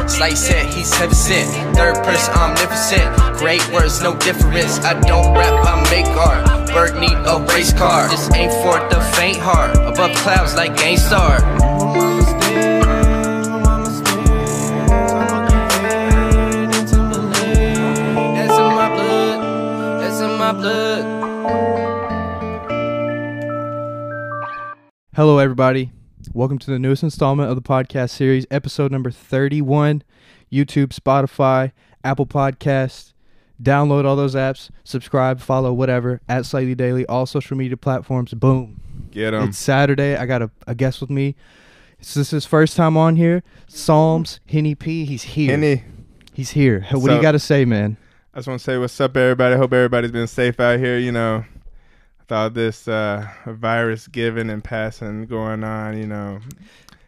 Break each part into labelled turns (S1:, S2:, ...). S1: It's like said, he's heaven sent. Third person, omnipotent. Great words, no difference. I don't rap, I make art. Bird need a race car. This ain't for the faint heart. Above clouds like Gangstar. That's in my blood. That's in my blood.
S2: Hello, everybody. Welcome to the newest installment of the podcast series, episode number 31. YouTube, Spotify, Apple Podcasts. Download all those apps, subscribe, follow, whatever, at Slightly Daily, all social media platforms. Boom.
S3: Get him.
S2: It's Saturday. I got a, a guest with me. This is his first time on here. Psalms, Henny P. He's here.
S3: Henny.
S2: He's here. What do
S3: So-
S2: you got to say, man?
S3: I just want to say what's up, everybody. Hope everybody's been safe out here. You know, with all this uh, virus giving and passing going on, you know,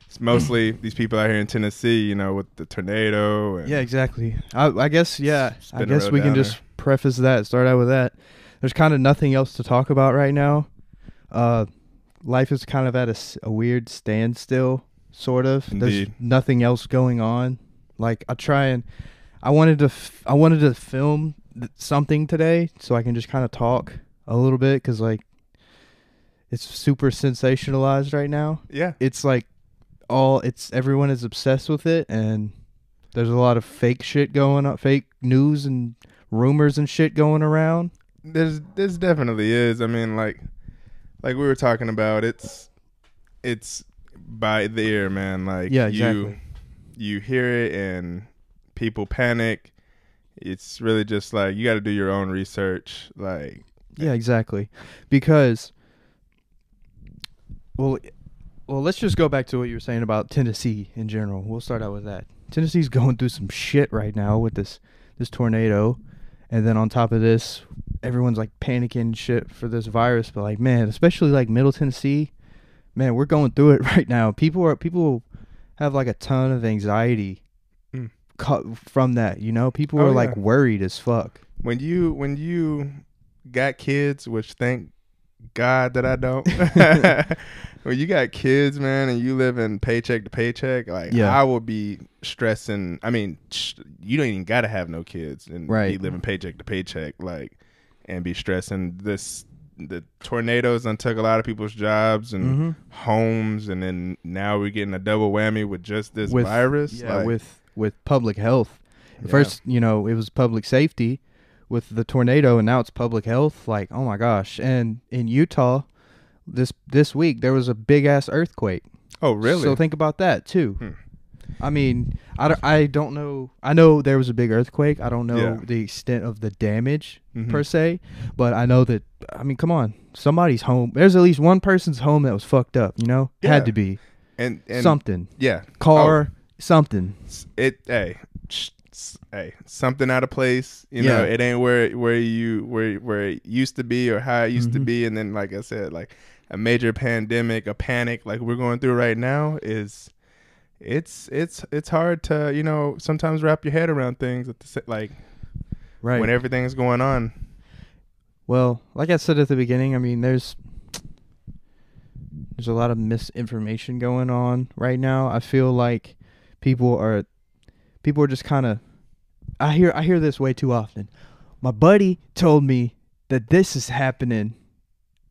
S3: it's mostly these people out here in Tennessee. You know, with the tornado. And
S2: Yeah, exactly. I, I guess yeah.
S3: It's
S2: I
S3: been a
S2: guess
S3: road
S2: we can
S3: downer.
S2: just preface that. Start out with that. There's kind of nothing else to talk about right now. Uh, life is kind of at a, s- a weird standstill, sort of. There's
S3: Indeed.
S2: nothing else going on. Like I try and I wanted to f- I wanted to film th- something today so I can just kind of talk a little bit because like it's super sensationalized right now
S3: Yeah.
S2: it's like all it's everyone is obsessed with it and there's a lot of fake shit going on fake news and rumors and shit going around
S3: There's this definitely is. I mean, like, like we were talking about, it's it's by the ear, man. Like,
S2: yeah
S3: You,
S2: exactly
S3: you hear it and people panic it's really just like you got to do your own research like
S2: yeah exactly because well i- well let's just go back to what you were saying about tennessee in general we'll start out with that tennessee's going through some shit right now with this this tornado and then on top of this everyone's like panicking and shit for this virus but like man especially like middle tennessee man we're going through it right now people are people have like a ton of anxiety
S3: Mm.
S2: co- from that you know people
S3: Oh,
S2: are like
S3: yeah.
S2: worried as fuck
S3: when you when you got kids which thank god that i don't when you got kids man and you live in paycheck to paycheck like
S2: Yeah.
S3: i will be stressing i mean sh- you don't even gotta have no kids and be
S2: Right.
S3: living paycheck to paycheck like and be stressing this the tornadoes done took a lot of people's jobs and
S2: Mm-hmm.
S3: homes and then now we're getting a double whammy with just this virus
S2: Yeah,
S3: like,
S2: with with public health. At
S3: Yeah.
S2: First, you know, it was public safety with the tornado, and now it's public health. Like, oh my gosh! And in Utah, this this week there was a big ass earthquake.
S3: oh really Hmm.
S2: So think about that too. I mean, I don't, I don't know. I know there was a big earthquake. I don't know
S3: Yeah.
S2: the extent of the damage
S3: Mhm.
S2: per se, but I know that. I mean, come on, somebody's home. There's at least one person's home that was fucked up. You know,
S3: Yeah.
S2: had to be
S3: and, and Oh.
S2: something,
S3: yeah
S2: car, something.
S3: s- it hey sh- s- hey something out of place you know
S2: Yeah.
S3: it ain't where where you where where it used to be or how it used
S2: Mm-hmm.
S3: to be and then like i said like a major pandemic a panic like we're going through right now is it's it's it's hard to you know sometimes wrap your head around things at the, sa- like
S2: Right.
S3: when everything's going on
S2: Well, like I said at the beginning, I mean, there's there's a lot of misinformation going on right now. I feel like people are people are just kind of I hear I hear this way too often. My buddy told me that this is happening.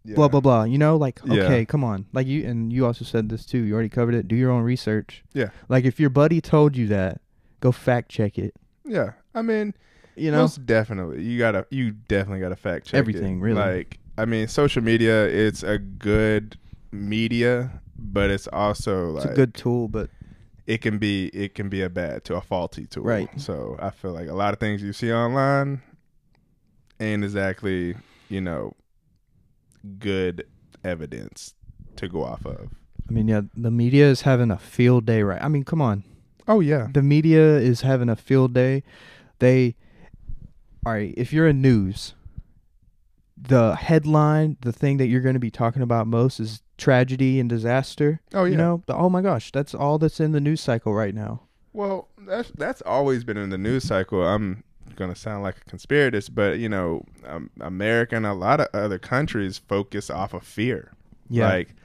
S2: Blah blah blah. You know, like
S3: Yeah.
S2: okay, come on. Like you and you also said this too. You already covered it. Do your own research.
S3: Yeah.
S2: Like if your buddy told you that, go fact check it.
S3: yeah i mean
S2: You know.
S3: Most definitely. You gotta you definitely gotta fact check it.
S2: Everything, really.
S3: Like I mean, social media it's a good media, but it's also like
S2: it's a good tool, but
S3: it can be it can be a bad to a faulty tool.
S2: Right.
S3: So I feel like a lot of things you see online ain't exactly, you know, good evidence to go off of.
S2: I mean, yeah, the media is having a field day right. I mean, come on.
S3: Oh yeah.
S2: the media is having a field day. They, all right, if you're in news, the headline, the thing that you're going to be talking about most is tragedy and disaster.
S3: Oh yeah.
S2: You know, the, oh my gosh, that's all that's in the news cycle right now.
S3: Well, that's that's always been in the news cycle. I'm gonna sound like a conspiratist, but you know, um, America and a lot of other countries focus off of fear.
S2: Yeah.
S3: Like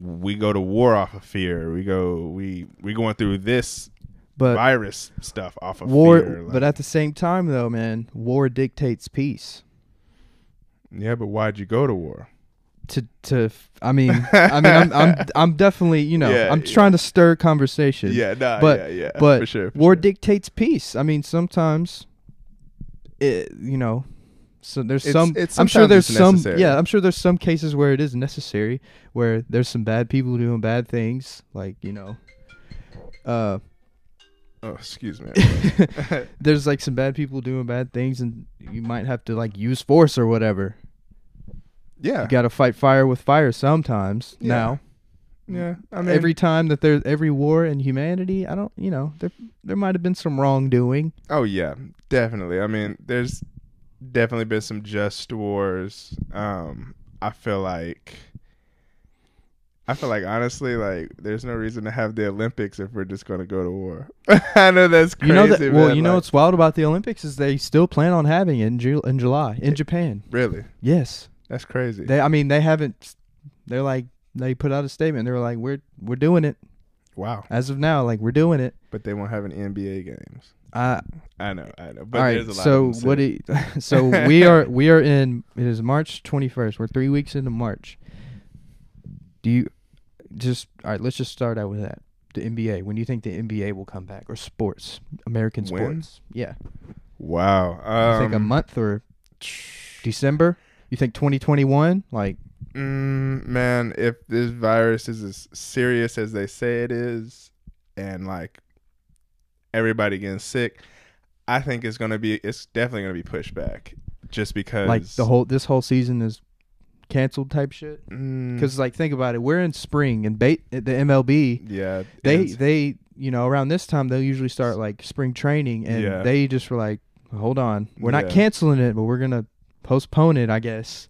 S3: we go to war off of fear. We go we we going through this
S2: But
S3: virus stuff off of
S2: war,
S3: fear, like-
S2: but at the same time, though, man, war dictates peace.
S3: yeah, but why'd you go to war?
S2: To to, f- I mean, I mean, I'm I'm, I'm definitely you know
S3: Yeah,
S2: I'm
S3: yeah.
S2: trying to stir conversation.
S3: Yeah, nah,
S2: but
S3: Oh, yeah, yeah,
S2: but
S3: for sure. for
S2: war
S3: sure.
S2: dictates peace. I mean, sometimes, it you know, so there's
S3: It's-
S2: some.
S3: it's
S2: I'm sure
S3: sometimes
S2: there's
S3: it's
S2: some.
S3: necessary.
S2: Yeah, I'm sure there's some cases where it is necessary, where there's some bad people doing bad things, like you know, uh,
S3: oh, excuse me.
S2: there's like some bad people doing bad things, and you might have to like use force or whatever.
S3: yeah,
S2: You got to fight fire with fire sometimes.
S3: Yeah.
S2: Now,
S3: yeah. I mean,
S2: every time that there's every war in humanity, I don't, you know, there there might have been some wrongdoing.
S3: Oh yeah, definitely. I mean, there's definitely been some just wars. Um, I feel like I feel like honestly, like there's no reason to have the Olympics if we're just gonna go to war. I know that's crazy.
S2: you know that. Well,
S3: man,
S2: you know
S3: like-
S2: what's wild about the Olympics is they still plan on having it in, Ju- in July in Japan.
S3: really
S2: Yes,
S3: that's crazy.
S2: they. I mean, they haven't. They're like they put out a statement. They were like, "We're we're doing it
S3: wow,
S2: as of now. Like we're doing it."
S3: but they won't have any NBA games.
S2: Uh,
S3: I know, I know. But
S2: all right.
S3: there's a lot.
S2: so
S3: of them,
S2: what? Do you- so we are we are in. It is March twenty first. We're three weeks into March. Do you just all right? Let's just start out with that. The NBA. When do you think the NBA will come back or sports? American
S3: When?
S2: sports. Yeah.
S3: wow.
S2: I
S3: Um,
S2: think a month or December? You think 2021? Like,
S3: Mm, man, if this virus is as serious as they say it is, and like everybody getting sick, I think it's gonna be it's definitely gonna be pushed back, just because
S2: like the whole this whole season is canceled type shit.
S3: Mm,
S2: Because like, think about it. We're in spring, and bait the MLB
S3: yeah
S2: they
S3: it's-
S2: they you know around this time they'll usually start like spring training, and
S3: Yeah.
S2: they just were like, hold on, we're not
S3: Yeah.
S2: canceling it, but we're gonna postpone it, I guess.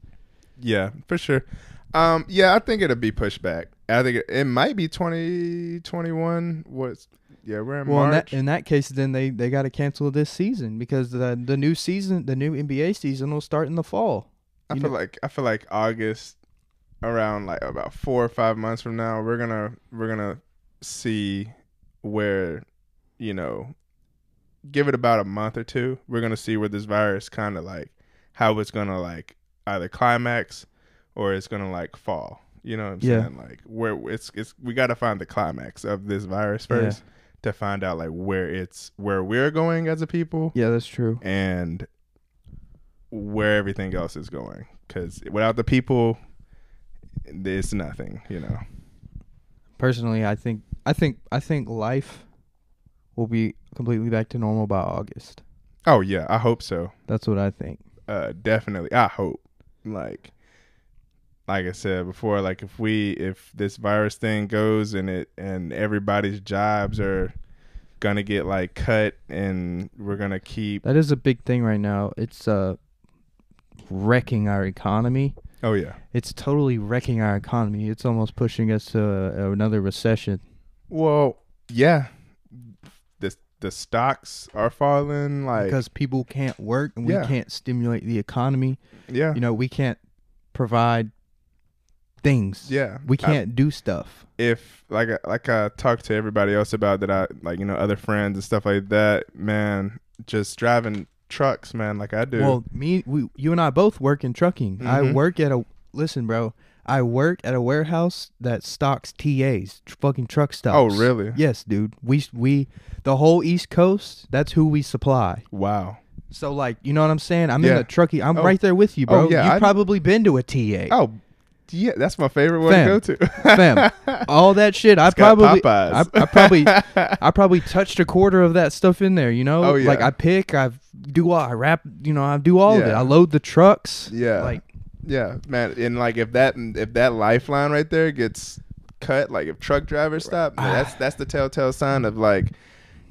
S3: yeah for sure, um yeah I think it'll be pushed back. I think it, it might be twenty twenty one. What's yeah we're in
S2: Well, in
S3: March.
S2: that, in that case, then they they got to cancel this season because the the new season, the new NBA season will start in the fall.
S3: I
S2: you
S3: feel
S2: know-
S3: like I feel like August around like about four or five months from now, we're gonna we're gonna see where, you know, give it about a month or two, we're gonna see where this virus kinda like how it's gonna like either climax or it's gonna like fall. You know what I'm
S2: Yeah.
S3: saying? Like where it's it's we gotta find the climax of this virus first to find out like where it's where we're going as a people
S2: Yeah, that's true.
S3: and where everything else is going. Because without the people, there's nothing, you know.
S2: personally i think i think i think life will be completely back to normal by august
S3: Oh yeah, I hope so.
S2: that's what i think
S3: Uh, definitely, I hope. Like, like I said before, like if we if this virus thing goes and it and everybody's jobs are gonna get like cut and we're gonna keep.
S2: that is a big thing right now it's uh wrecking our economy
S3: Oh yeah.
S2: it's totally wrecking our economy it's almost pushing us to uh, another recession
S3: Well, yeah. The the stocks are falling. Like
S2: because people can't work and we
S3: Yeah.
S2: can't stimulate the economy
S3: yeah,
S2: you know we can't provide things
S3: yeah.
S2: we
S3: I-
S2: can't do stuff
S3: if like I- like I talked to everybody else about that I like you know other friends and stuff like that, man, just driving trucks, man, like I do.
S2: Well, me, we, you and I both work in trucking. I
S3: Mhm.
S2: work at a listen, bro. I work at a warehouse that stocks TAs, tr- fucking truck stops.
S3: oh, really?
S2: Yes, dude. We we the whole East Coast. That's who we supply.
S3: Wow.
S2: So like, you know what I'm saying? I'm in
S3: Yeah.
S2: a trucking. I'm
S3: Oh.
S2: right there with you,
S3: Oh,
S2: bro.
S3: yeah,
S2: You've
S3: I-
S2: probably been to a TA.
S3: Oh, yeah, that's my favorite one
S2: Fam.
S3: to go to.
S2: Fam, all that shit. I
S3: It's got
S2: probably, I,
S3: Popeyes.
S2: I probably, I probably touched a quarter of that stuff in there. You know,
S3: Oh, yeah.
S2: like I pick, I do all, I wrap, you know, I do all of it.
S3: Yeah.
S2: I load the trucks.
S3: Yeah.
S2: like
S3: yeah, man, and like if that if that lifeline right there gets cut, like if truck drivers stop, man, that's that's the telltale sign of like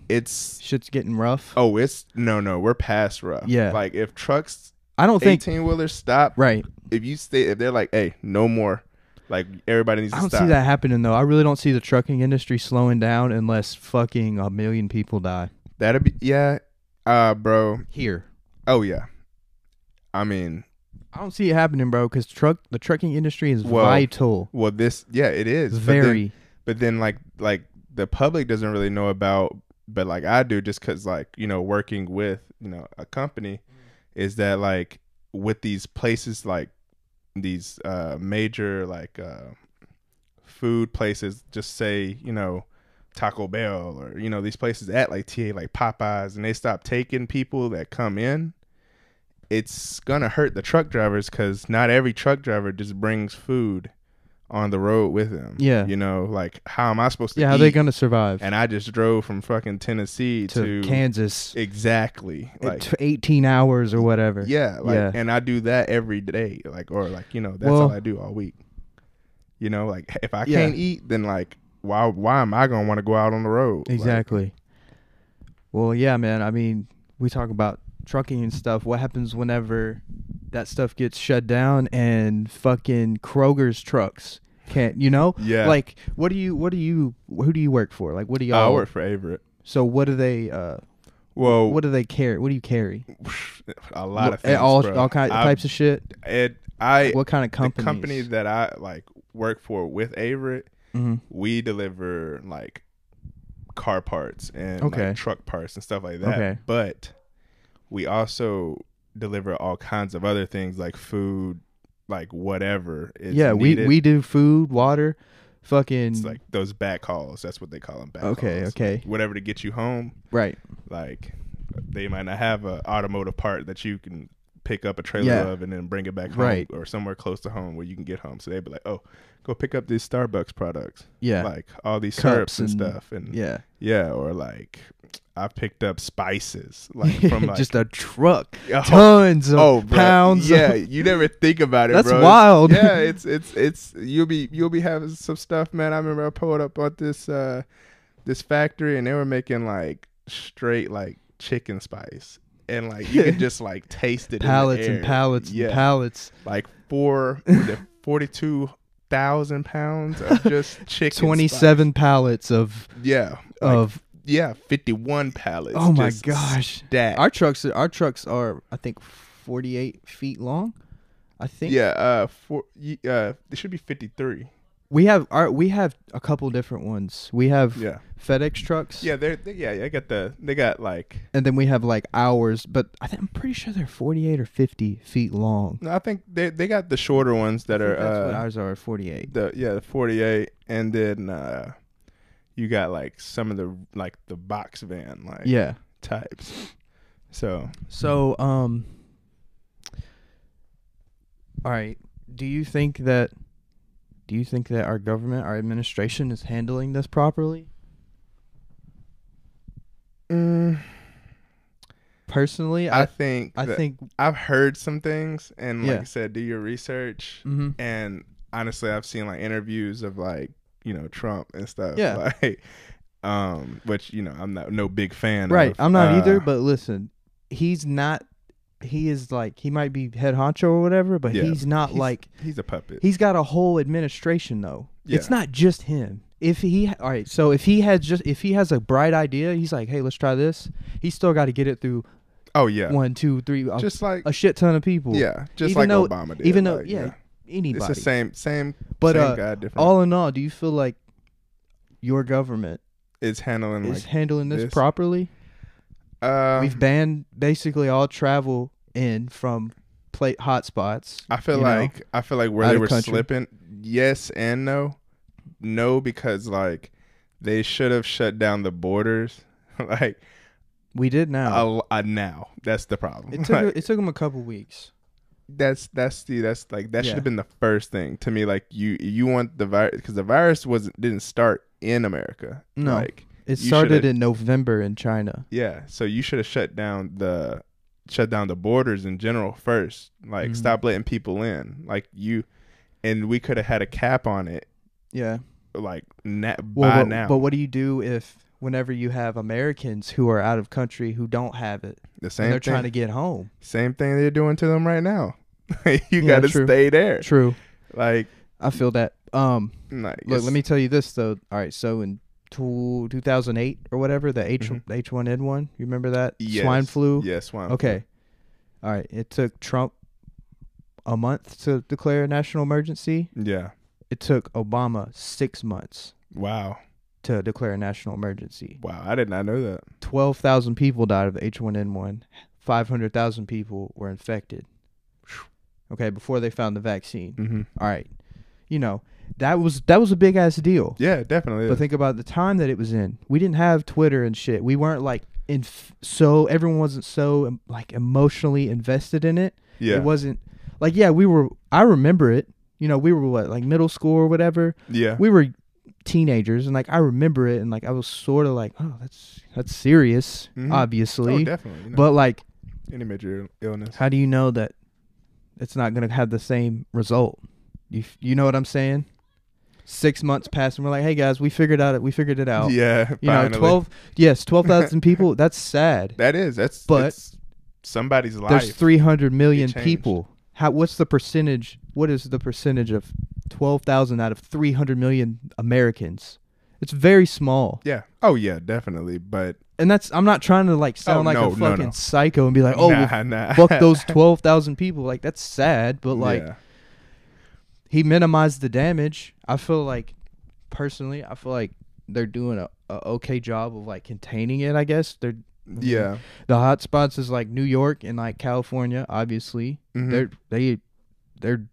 S3: it's
S2: shit's getting rough.
S3: oh it's no no we're past rough.
S2: Yeah.
S3: like if trucks
S2: I don't think
S3: eighteen wheelers stop,
S2: right.
S3: if you stay if they're like, hey, no more, like everybody needs
S2: I
S3: to
S2: don't
S3: stop.
S2: see that happening though. I really don't see the trucking industry slowing down unless fucking a million people die
S3: That'd be yeah, uh, bro.
S2: here.
S3: Oh yeah, I mean,
S2: I don't see it happening, bro, because truck the trucking industry is
S3: Well,
S2: vital,
S3: well, this yeah, it is But then-
S2: very.
S3: but then like like the public doesn't really know about but like I do just cuz like, you know, working with, you know, a company is that like with these places like these uh major like uh food places just say, you know, Taco Bell or you know these places at like TA like Popeyes and they stop taking people that come in, it's gonna hurt the truck drivers because not every truck driver just brings food on the road with them.
S2: Yeah.
S3: you know, like how am I supposed to?
S2: Yeah, how
S3: eat?
S2: they gonna survive
S3: And I just drove from fucking Tennessee
S2: to
S3: to,
S2: Kansas?
S3: exactly
S2: at
S3: like
S2: t- 18 hours or whatever.
S3: yeah, like
S2: Yeah.
S3: and I do that every day, like or like you know that's
S2: Well-
S3: all I do all week. You know, like if I
S2: Yeah.
S3: can't eat, then like why why am I gonna want to go out on the road? Like,
S2: Exactly. well, yeah, man. I mean, we talk about trucking and stuff. What happens whenever that stuff gets shut down and fucking Kroger's trucks can't, you know?
S3: Yeah. Oh,
S2: Like, what do you, what do you, who do you work for? Like, what do
S3: I
S2: y'all
S3: work for Averett.
S2: So, what do they, uh,
S3: Well,
S2: what do they carry? What do you carry?
S3: a lot of
S2: Wh-
S3: things,
S2: all,
S3: bro.
S2: all kind
S3: I-
S2: types of shit.
S3: It, I
S2: What kind of
S3: the
S2: companies?
S3: company that I like work for with Averett,
S2: Mhm.
S3: we deliver like car parts and like,
S2: Okay.
S3: truck parts and stuff like that.
S2: Okay.
S3: But we also deliver all kinds of other things like food, like whatever. Is
S2: yeah,
S3: needed.
S2: we we do food, water, fucking
S3: it's like those back hauls. That's what they call them. Back
S2: Okay,
S3: hauls.
S2: okay.
S3: Like, whatever to get you home.
S2: right.
S3: like they might not have a automotive part that you can pick up a trailer
S2: Yeah.
S3: of and then bring it back home
S2: Right.
S3: or somewhere close to home where you can get home. So they'd be like, "Oh, go pick up these Starbucks products,
S2: Yeah.
S3: like all these
S2: Cups
S3: syrups and,
S2: and-
S3: stuff." And yeah.
S2: yeah.
S3: or like I picked up spices, like from like
S2: just a truck,
S3: Oh,
S2: tons of
S3: oh bruh,
S2: pounds. of-
S3: Yeah, you never think about it.
S2: That's
S3: bro.
S2: wild.
S3: Yeah, it's it's it's you'll be you'll be having some stuff, man. I remember I pulled up at this uh this factory and they were making like straight like chicken spice. And like you could just like taste it in
S2: pallets
S3: the
S2: and
S3: air.
S2: pallets
S3: yeah,
S2: and pallets.
S3: like four the forty two thousand pounds of just chicken
S2: Twenty-seven pallets of
S3: spice. yeah like,
S2: of.
S3: yeah fifty one pallets
S2: Oh my
S3: just
S2: gosh!
S3: stacked.
S2: Our trucks, our trucks are, I think, forty-eight feet long. I think.
S3: yeah uh four y- uh it should be 53
S2: We have our we have a couple different ones. We have
S3: Yeah.
S2: FedEx trucks.
S3: Yeah, they're they, yeah. I got the they got like
S2: And then we have like ours, but I think, I'm pretty sure they're forty-eight or fifty feet long.
S3: no. I think they they got the shorter ones that
S2: I
S3: are
S2: think that's what
S3: uh,
S2: ours are forty-eight.
S3: the yeah the forty eight, and then uh, you got like some of the like the box van like
S2: Yeah.
S3: types. So
S2: So, um, all right. Do you think that? Do you think that our government, our administration, is handling this properly? Personally,
S3: I
S2: Mm, I
S3: think
S2: I
S3: that-
S2: think
S3: I've heard some things, and like
S2: Yeah.
S3: I said, do your research.
S2: mhm.
S3: and honestly i've seen like interviews of like you know trump and stuff
S2: Yeah.
S3: like um which you know i'm not no big fan
S2: right.
S3: of.
S2: I'm not either,
S3: Uh,
S2: but listen, he's not. He is like he might be head honcho or whatever, but
S3: Yeah.
S2: he's not
S3: he's-
S2: like
S3: he's a puppet
S2: He's got a whole administration though. It's
S3: Yeah.
S2: not just him. If he all right, so if he had just if he has a bright idea, he's like, hey, let's try this. He's still got to get it through
S3: oh yeah
S2: one, two, three, a,
S3: just like
S2: a shit ton of people.
S3: yeah just
S2: even
S3: like
S2: though-
S3: obama did
S2: even though
S3: like,
S2: yeah,
S3: it's
S2: anybody.
S3: the same same
S2: But,
S3: same
S2: uh,
S3: guy different
S2: All in all, do you feel like your government
S3: is handling like
S2: is handling this,
S3: this.
S2: properly?
S3: uh
S2: We've banned basically all travel in from plate hotspots.
S3: I feel
S2: you know?
S3: like I feel like where
S2: out
S3: they
S2: of
S3: were
S2: country.
S3: slipping, yes and no. No, because like they should have shut down the borders. like
S2: we did now.
S3: a, a now, that's the problem.
S2: it took
S3: Like,
S2: it took him a couple weeks.
S3: that's that's the that's like that should
S2: Yeah.
S3: have been the first thing to me. Like you you want the virus because the virus was didn't start in America.
S2: No.
S3: like
S2: It
S3: you
S2: started
S3: shoulda-
S2: in November in China.
S3: yeah. So you should have shut down the shut down the borders in general first. Like
S2: Mhm.
S3: stop letting people in. Like you, and we could have had a cap on it.
S2: Yeah.
S3: Like na-
S2: Well,
S3: by
S2: but,
S3: now.
S2: but what do you do if whenever you have Americans who are out of country who don't have it
S3: the
S2: and
S3: same
S2: they're
S3: thing.
S2: trying to get home?
S3: same thing they're doing to them right now. you
S2: Yeah,
S3: got to
S2: true.
S3: stay there.
S2: True.
S3: Like,
S2: I feel that. Um,
S3: like
S2: look,
S3: it's-
S2: let me tell you this though. All right, so in two, 2008 or whatever, the H
S3: Mhm.
S2: H1N1, you remember that
S3: Yes.
S2: swine flu?
S3: Yeah, swine. flu.
S2: Okay. All right, it took Trump a month to declare a national emergency.
S3: Yeah.
S2: It took Obama 6 months.
S3: Wow.
S2: to declare a national emergency.
S3: Wow, I did not know that.
S2: 12,000 people died of H1N1. 500,000 people were infected. Okay, before they found the vaccine.
S3: Mm-hmm.
S2: All right. You know, that was that was a big ass deal.
S3: Yeah, definitely.
S2: But think about the time that it was in. We didn't have Twitter and shit. We weren't like in so everyone wasn't so um, like emotionally invested in it.
S3: yeah,
S2: It wasn't like yeah, we were I remember it. You know, we were what like middle school or whatever.
S3: yeah,
S2: We were teenagers and like I remember it and like I was sort of like, "Oh, that's that's serious."
S3: Mhm.
S2: Obviously.
S3: oh, definitely. you know,
S2: But like
S3: any major illness.
S2: how do you know that it's not going to have the same result? You you know what I'm saying? 6 months pass and we're like, "Hey guys, we figured out it. We figured it out."
S3: yeah,
S2: You know,
S3: finally.
S2: 12 yes, 12,000 people, that's sad.
S3: That is. That's
S2: But-
S3: it's somebody's life.
S2: There's 300 million
S3: changed.
S2: people. How what's the percentage? What is the percentage of 12,000 out of 300 million Americans? It's very small.
S3: Yeah. Oh yeah, definitely. But
S2: And that's I'm not trying to like sound like
S3: Oh, no,
S2: a
S3: no, no.
S2: fucking psycho and be like, "Oh, well,
S3: nah, nah.
S2: fuck those 12,000 people." Like that's sad, but like
S3: Yeah.
S2: he minimized the damage. I feel like personally, I feel like they're doing a, a okay job of like containing it, I guess. They're
S3: Yeah.
S2: the hot spots is like New York and like California, obviously.
S3: Mhm.
S2: They're they they're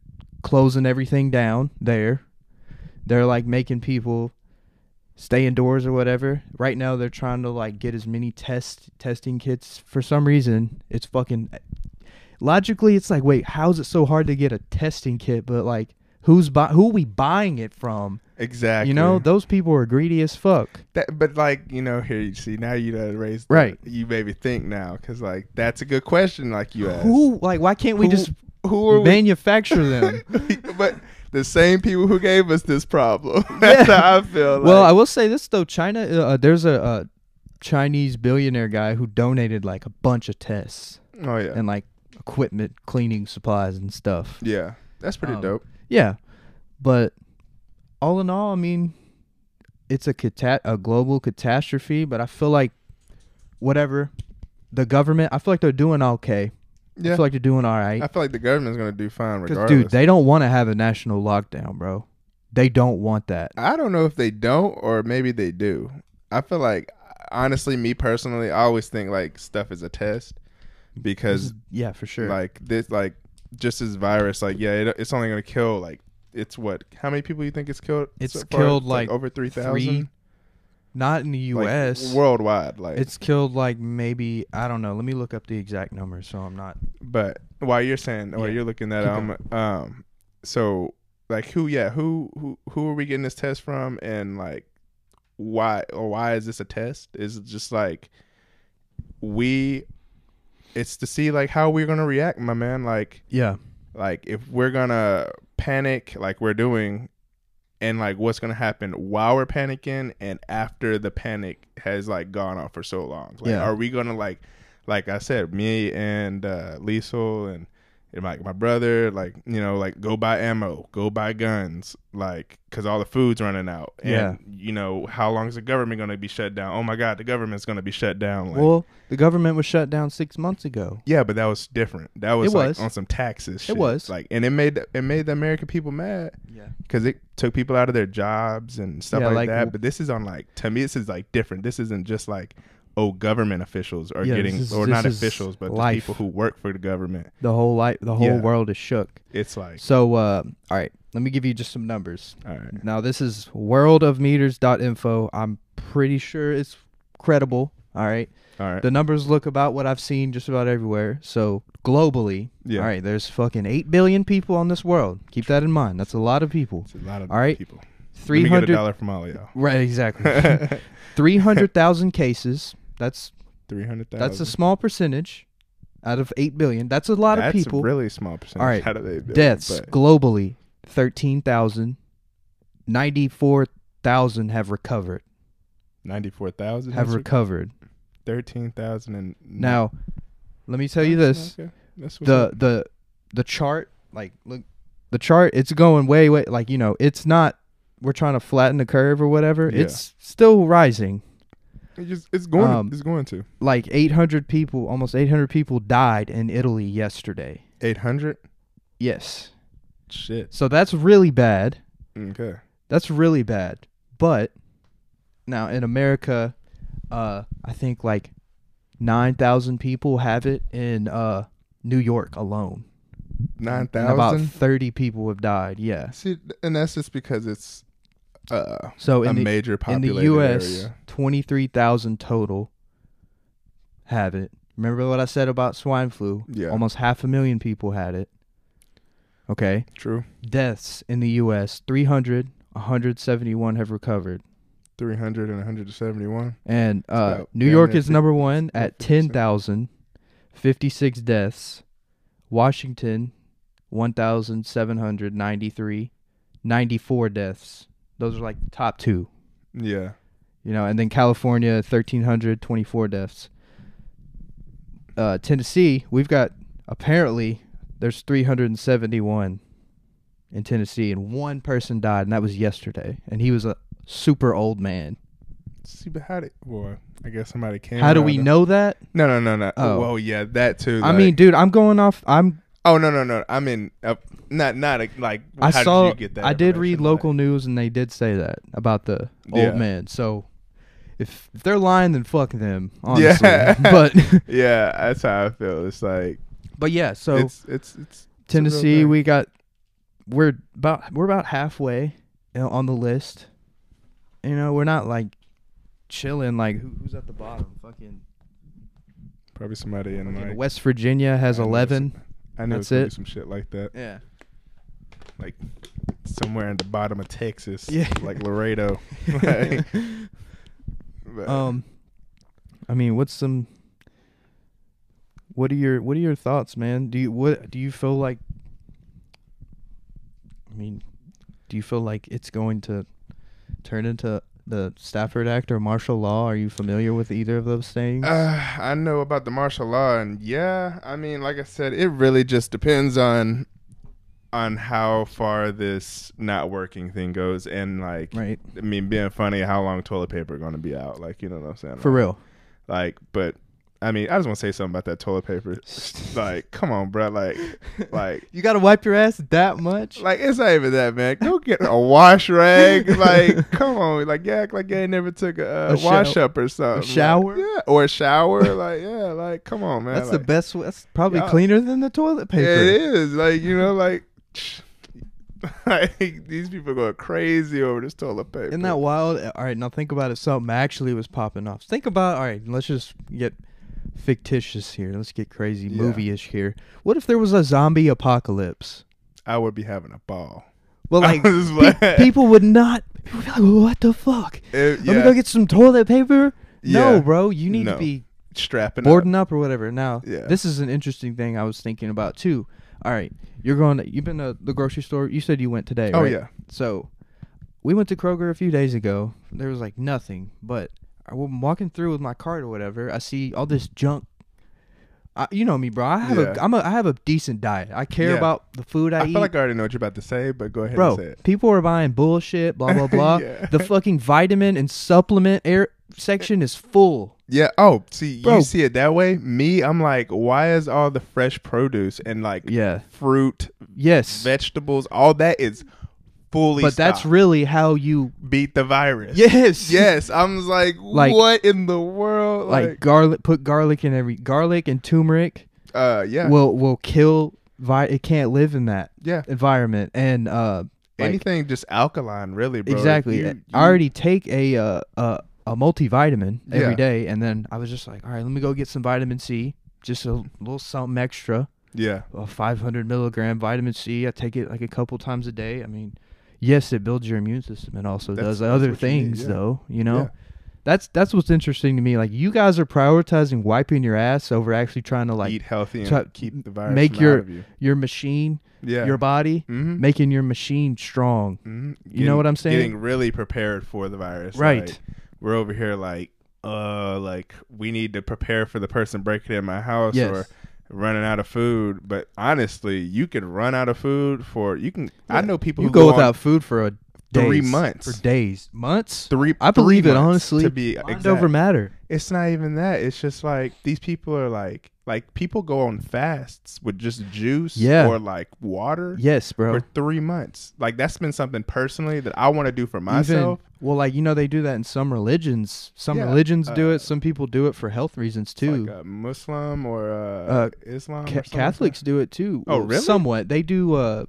S2: closing everything down there. They're like making people stay indoors or whatever. Right now they're trying to like get as many test testing kits. For some reason, it's fucking logically it's like, wait, how is it so hard to get a testing kit but like who's buy- who we buying it from?
S3: Exactly.
S2: Mm-hmm. You know, those people are greedy as fuck.
S3: That, but like you know, here you see now you done raised the-
S2: Right.
S3: You maybe think now because like that's a good question. Like you asked.
S2: Who like why can't we
S3: Who-
S2: just
S3: who are we?
S2: manufacture them?
S3: but the same people who gave us this problem. that's how I feel. Like,
S2: Well, I will say this though, China. Uh, there's a, uh Chinese billionaire guy who donated like a bunch of tests
S3: oh yeah,
S2: and like equipment, cleaning supplies, and stuff.
S3: yeah. That's pretty
S2: Um,
S3: dope.
S2: Yeah, but all in all, I mean, it's a cata- a global catastrophe. But I feel like whatever the government, I feel like they're doing okay.
S3: Yeah.
S2: I feel like they're doing all right.
S3: I feel like the government's gonna do fine
S2: 'Cause,
S3: regardless.
S2: dude, they don't want to have a national lockdown, bro. They don't want that.
S3: I don't know if they don't or maybe they do. I feel like honestly, me personally, I always think like stuff is a test because
S2: Yeah, for sure.
S3: like this like just this virus like yeah it, it's only gonna kill like it's what how many people you think it's killed
S2: It's
S3: so
S2: killed, like,
S3: over 3000
S2: three Not in the
S3: Like,
S2: U.S.
S3: worldwide like
S2: It's killed like maybe I don't know. Let me look up the exact number so I'm not.
S3: but while you're saying or
S2: Yeah.
S3: you're looking that
S2: Keep
S3: um um so like who yeah who who who are we getting this test from and like why or why is this a test is it just like we it's to see like how we're gonna react my man like
S2: Yeah.
S3: like if we're gonna panic like we're doing and like what's gonna happen while we're panicking and after the panic has like gone on for so long like
S2: Yeah.
S3: are we gonna like like i said me and uh liesel and and like my brother like you know like go buy ammo go buy guns like because all the food's running out and
S2: Yeah.
S3: you know how long is the government gonna be shut down oh my god the government's gonna be shut down like
S2: well, the government was shut down six months ago.
S3: yeah, but that was different. That was,
S2: It
S3: like
S2: was.
S3: on some taxes. Shit.
S2: was.
S3: like, and it made it made the American people mad
S2: Yeah.
S3: because it took people out of their jobs and stuff
S2: Yeah,
S3: like,
S2: like,
S3: that.
S2: w-
S3: But this is on like to me, this is like different. This isn't just like oh, government officials are
S2: Yeah,
S3: getting
S2: this is-
S3: or
S2: this
S3: not
S2: is
S3: officials, but the
S2: life.
S3: people who work for the government.
S2: The whole life, the whole
S3: Yeah.
S2: world is shook.
S3: It's like
S2: So, uh, all right, let me give you just some numbers.
S3: all right,
S2: Now, this is worldofmeters.info. I'm pretty sure it's credible. All right.
S3: all right,
S2: The numbers look about what I've seen just about everywhere. So, globally,
S3: Yeah.
S2: all right, there's fucking 8 billion people on this world. Keep that in mind. That's a lot of people.
S3: it's a lot of
S2: all right.
S3: people. Let me get a
S2: 300
S3: dollar from all of y'all.
S2: Right, exactly. 300,000 cases. That's
S3: Three hundred thousand.
S2: that's a small percentage out of 8 billion. That's a lot
S3: that's
S2: of people.
S3: really small percentage.
S2: All right,
S3: out of eight billion,
S2: Deaths
S3: but-
S2: globally 13,000. 94,000 have recovered.
S3: Ninety-four thousand
S2: Have recovered.
S3: thirteen thousand and
S2: Now, let me tell you this.
S3: Okay. That's what's
S2: The
S3: up.
S2: the the chart like look the chart it's going way way like you know, it's not we're trying to flatten the curve or whatever.
S3: Yeah.
S2: It's still rising.
S3: It just, it's going.
S2: Um,
S3: it's going to
S2: Like 800 people, almost 800 people died in Italy yesterday.
S3: eight hundred.
S2: Yes.
S3: Shit.
S2: So that's really bad.
S3: Okay.
S2: That's really bad. But now in America, uh, I think like nine thousand people have it in uh, New York alone.
S3: Nine
S2: And about
S3: thousand.
S2: thirty people have died. Yeah.
S3: See, and that's just because it's uh,
S2: So
S3: a
S2: Oh, in the,
S3: major
S2: in
S3: populated
S2: the U.S.,
S3: area.
S2: twenty three thousand total have it. Remember what I said about swine flu?
S3: Yeah.
S2: Almost half a million people had it. Okay.
S3: True.
S2: Deaths in the U.S. 300, 171 have recovered.
S3: 300 and 171.
S2: And uh,
S3: about
S2: New
S3: down
S2: York
S3: there
S2: is
S3: fif-
S2: number one
S3: yeah,
S2: at
S3: 50%.
S2: 10,056 deaths. Washington, 1,793, 94 deaths. Those are like top two,
S3: Yeah.
S2: you know. And then California, 1,324 deaths. Uh, Tennessee, we've got apparently there's 371 in Tennessee, and one person died, and that was yesterday. And he was a super old man.
S3: See, but how did? Well, I guess somebody came.
S2: How do
S3: around
S2: we
S3: them.
S2: know that?
S3: No, no, no, no.
S2: Oh.
S3: Oh, well, yeah, that too.
S2: I
S3: like-
S2: mean, dude, I'm going off. I'm.
S3: oh no, no, no. I mean, uh, not, not a, like.
S2: I
S3: how
S2: saw.
S3: Did you get that
S2: I did read
S3: information?
S2: local news, and they did say that about the
S3: Yeah.
S2: old man. So, if if they're lying, then fuck them. Honestly,
S3: Yeah.
S2: but
S3: Like, yeah, that's how I feel. It's like
S2: but yeah. So
S3: it's it's it's it's a real
S2: Tennessee,
S3: thing.
S2: we got. We're about we're about halfway you know, on the list. You know, we're not like chilling. Like who, who's at the bottom? Fucking
S3: probably somebody in
S2: fucking
S3: like
S2: West Virginia has
S3: I know it's-
S2: eleven.
S3: I know it's
S2: that's
S3: gonna be
S2: it.
S3: some shit like that,
S2: Yeah.
S3: like somewhere in the bottom of Texas,
S2: Yeah.
S3: like Laredo. Like, but- uh,
S2: Um, I mean, what's some? What are your What are your thoughts, man? Do you what do you feel like? I mean, do you feel like it's going to turn into the Stafford Act or martial law? Are you familiar with either of those things?
S3: Uh, I know about the martial law, and yeah, I mean, like I said, it really just depends on on how far this not working thing goes, and like,
S2: right,
S3: I mean, being funny, how long toilet paper going to be out? Like, you know what I'm saying?
S2: for
S3: like,
S2: real.
S3: like, but I mean, I just want to say something about that toilet paper. like, come on, bro. Like, like.
S2: You got to wipe your ass that much.
S3: Like it's not even that man. Go get a wash rag. Like, come on. Like, you act like you ain't never took a, uh
S2: A shower-
S3: wash up or something. Like,
S2: shower?
S3: yeah, or a shower. Like, yeah, like, come on, man.
S2: that's
S3: like,
S2: the best. way- That's probably
S3: Yeah.
S2: cleaner than the toilet paper.
S3: It is like you know, like, like these people going crazy over this toilet paper.
S2: Isn't that wild? All right, now think about it. Something actually was popping off. Think about. All right, let's just get fictitious here. Let's get crazy,
S3: Yeah.
S2: movie-ish here. What if there was a zombie apocalypse?
S3: I would be having a ball.
S2: Well, like
S3: I was
S2: pe-
S3: like-
S2: people would not. People would be like, "What the fuck?
S3: It-
S2: Let me
S3: yeah,
S2: go get some toilet paper." No,
S3: Yeah.
S2: bro, you need to
S3: No.
S2: be
S3: strapping
S2: boarding up or whatever. Now,
S3: Yeah.
S2: this is an interesting thing I was thinking about too. All right, you're going. To, you've been to the grocery store. You said you went today.
S3: up. Oh
S2: right?
S3: yeah,
S2: So we went to Kroger a few days ago. There was like nothing, but I'm walking through with my cart or whatever. I see all this junk. I, you know me, bro. I have
S3: Yeah.
S2: a I'm a I have a decent diet. I care
S3: Yeah.
S2: about the food I,
S3: I
S2: eat.
S3: feel like I already know what you're about to say, but go ahead
S2: bro,
S3: and say it.
S2: people are buying bullshit, blah blah blah.
S3: Yeah.
S2: The fucking vitamin and supplement air section is full.
S3: Yeah. Oh, see,
S2: Bro.
S3: you see it that way. Me, I'm like, why is all the fresh produce and like
S2: Yeah.
S3: fruit,
S2: Yes.
S3: vegetables, all that is fully.
S2: but that's
S3: stocked.
S2: really how you
S3: beat the virus.
S2: Yes.
S3: Yes, I was like,
S2: Like-
S3: what in the world?
S2: Like, garlic put garlic in every garlic and turmeric
S3: uh, yeah,
S2: will will kill vi- it can't live in that.
S3: yeah.
S2: environment and uh like-
S3: Anything just alkaline, really, bro. If
S2: exactly
S3: you- you-
S2: i already take a uh a, a multivitamin every
S3: Yeah.
S2: day and then i was just like all right let me go get some vitamin c just a little something extra
S3: yeah,
S2: a 500 milligram vitamin c i take it like a couple times a day i mean yes it builds your immune system it also
S3: That's-
S2: does
S3: that's
S2: other
S3: what you need,
S2: things
S3: yeah.
S2: though you know
S3: Yeah.
S2: that's that's what's interesting to me like you guys are prioritizing wiping your ass over actually trying to like
S3: eat healthy and
S2: try-
S3: keep the virus
S2: make
S3: from
S2: your-
S3: out of you.
S2: your machine
S3: yeah.
S2: your body
S3: Mhm.
S2: making your machine strong
S3: Mhm.
S2: Mm-hmm. you know what I'm saying?
S3: Getting really prepared for the virus,
S2: Right.
S3: like, we're over here like, uh, like we need to prepare for the person breaking in my house
S2: Yes.
S3: or running out of food. But honestly, you could run out of food for you can. I know people
S2: You
S3: who
S2: go
S3: on
S2: without food for a
S3: three
S2: days,
S3: months.
S2: for days, months.
S3: three.
S2: I believe
S3: three
S2: it
S3: months
S2: honestly.
S3: To be
S2: Mind
S3: exact.
S2: over matter.
S3: it's not even that. It's just like these people are like Like people go on fasts with just juice
S2: Yeah.
S3: or like water
S2: Yes, bro.
S3: for three months. Like that's been something personally that I want to do for myself.
S2: well, like you know, they do that in some religions. Some
S3: Yeah,
S2: religions do
S3: uh,
S2: it. Some people do it for health reasons too.
S3: like a Muslim or uh,
S2: Uh,
S3: Islam.
S2: Ca-
S3: or something like
S2: Catholics do it too.
S3: Oh,
S2: Well,
S3: really?
S2: Somewhat. They do. Uh,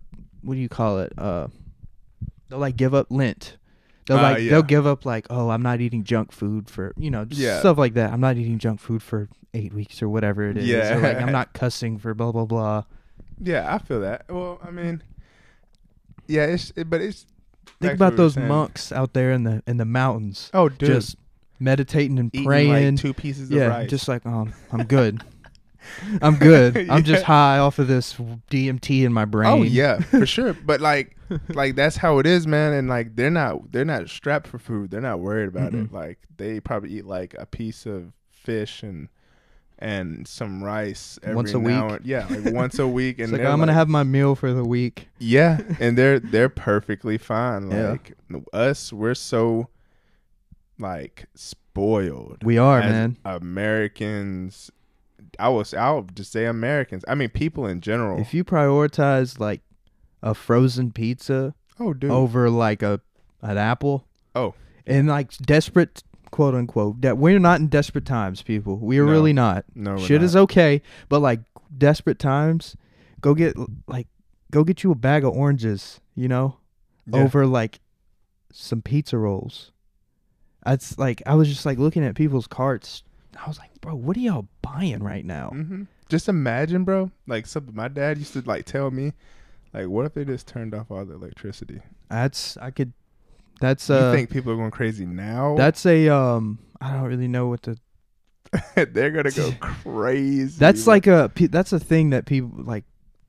S2: what do you call it? Uh, they'll like give up Lent. They'll
S3: Ah,
S2: like
S3: yeah.
S2: they'll give up like oh I'm not eating junk food for you know just
S3: Yeah.
S2: stuff like that. I'm not eating junk food for eight weeks or whatever it is.
S3: Yeah.
S2: Or, like I'm not cussing for blah blah blah.
S3: that. Yeah, I feel that. Well, I mean, yeah, it's it, but it's back to what
S2: Think
S3: we
S2: about
S3: were
S2: those
S3: saying.
S2: monks out there in the in the mountains,
S3: Oh, dude,
S2: just meditating and
S3: eating
S2: praying.
S3: like two pieces
S2: yeah,
S3: of rice.
S2: just like um I'm good. I'm good. I'm just
S3: Yeah.
S2: high off of this DMT in my brain.
S3: Oh yeah, for sure. But like, like that's how it is, man. And like, they're not they're not strapped for food. They're not worried about it. Like, they probably eat like a piece of fish and and some rice every
S2: Once a
S3: now
S2: week.
S3: And, yeah, like once a week. And
S2: It's like
S3: they're,
S2: I'm gonna
S3: like-
S2: have my meal for the week.
S3: Yeah, and they're they're perfectly fine.
S2: Yeah.
S3: Like us, we're so like spoiled.
S2: We are,
S3: as
S2: man.
S3: Americans. I was I'll just say Americans. I mean, people in general.
S2: If you prioritize like a frozen pizza
S3: oh, dude.
S2: over like a an apple,
S3: Oh.
S2: and like desperate quote unquote that we're not in desperate times, people. We are
S3: No.
S2: really not.
S3: no, we're
S2: Shit
S3: not.
S2: is okay, but like desperate times, go get like go get you a bag of oranges, you know,
S3: Yeah.
S2: over like some pizza rolls. That's like I was just like looking at people's carts. I was like, bro, what are y'all buying right now?
S3: hmm Just imagine, bro. Like something my dad used to like tell me, like, what if they just turned off all the electricity?
S2: That's I could. That's
S3: you
S2: uh.
S3: think people are going crazy now?
S2: That's a um. I don't really know what the.
S3: they're gonna go crazy.
S2: That's
S3: bro.
S2: like a. pe- That's a thing that people like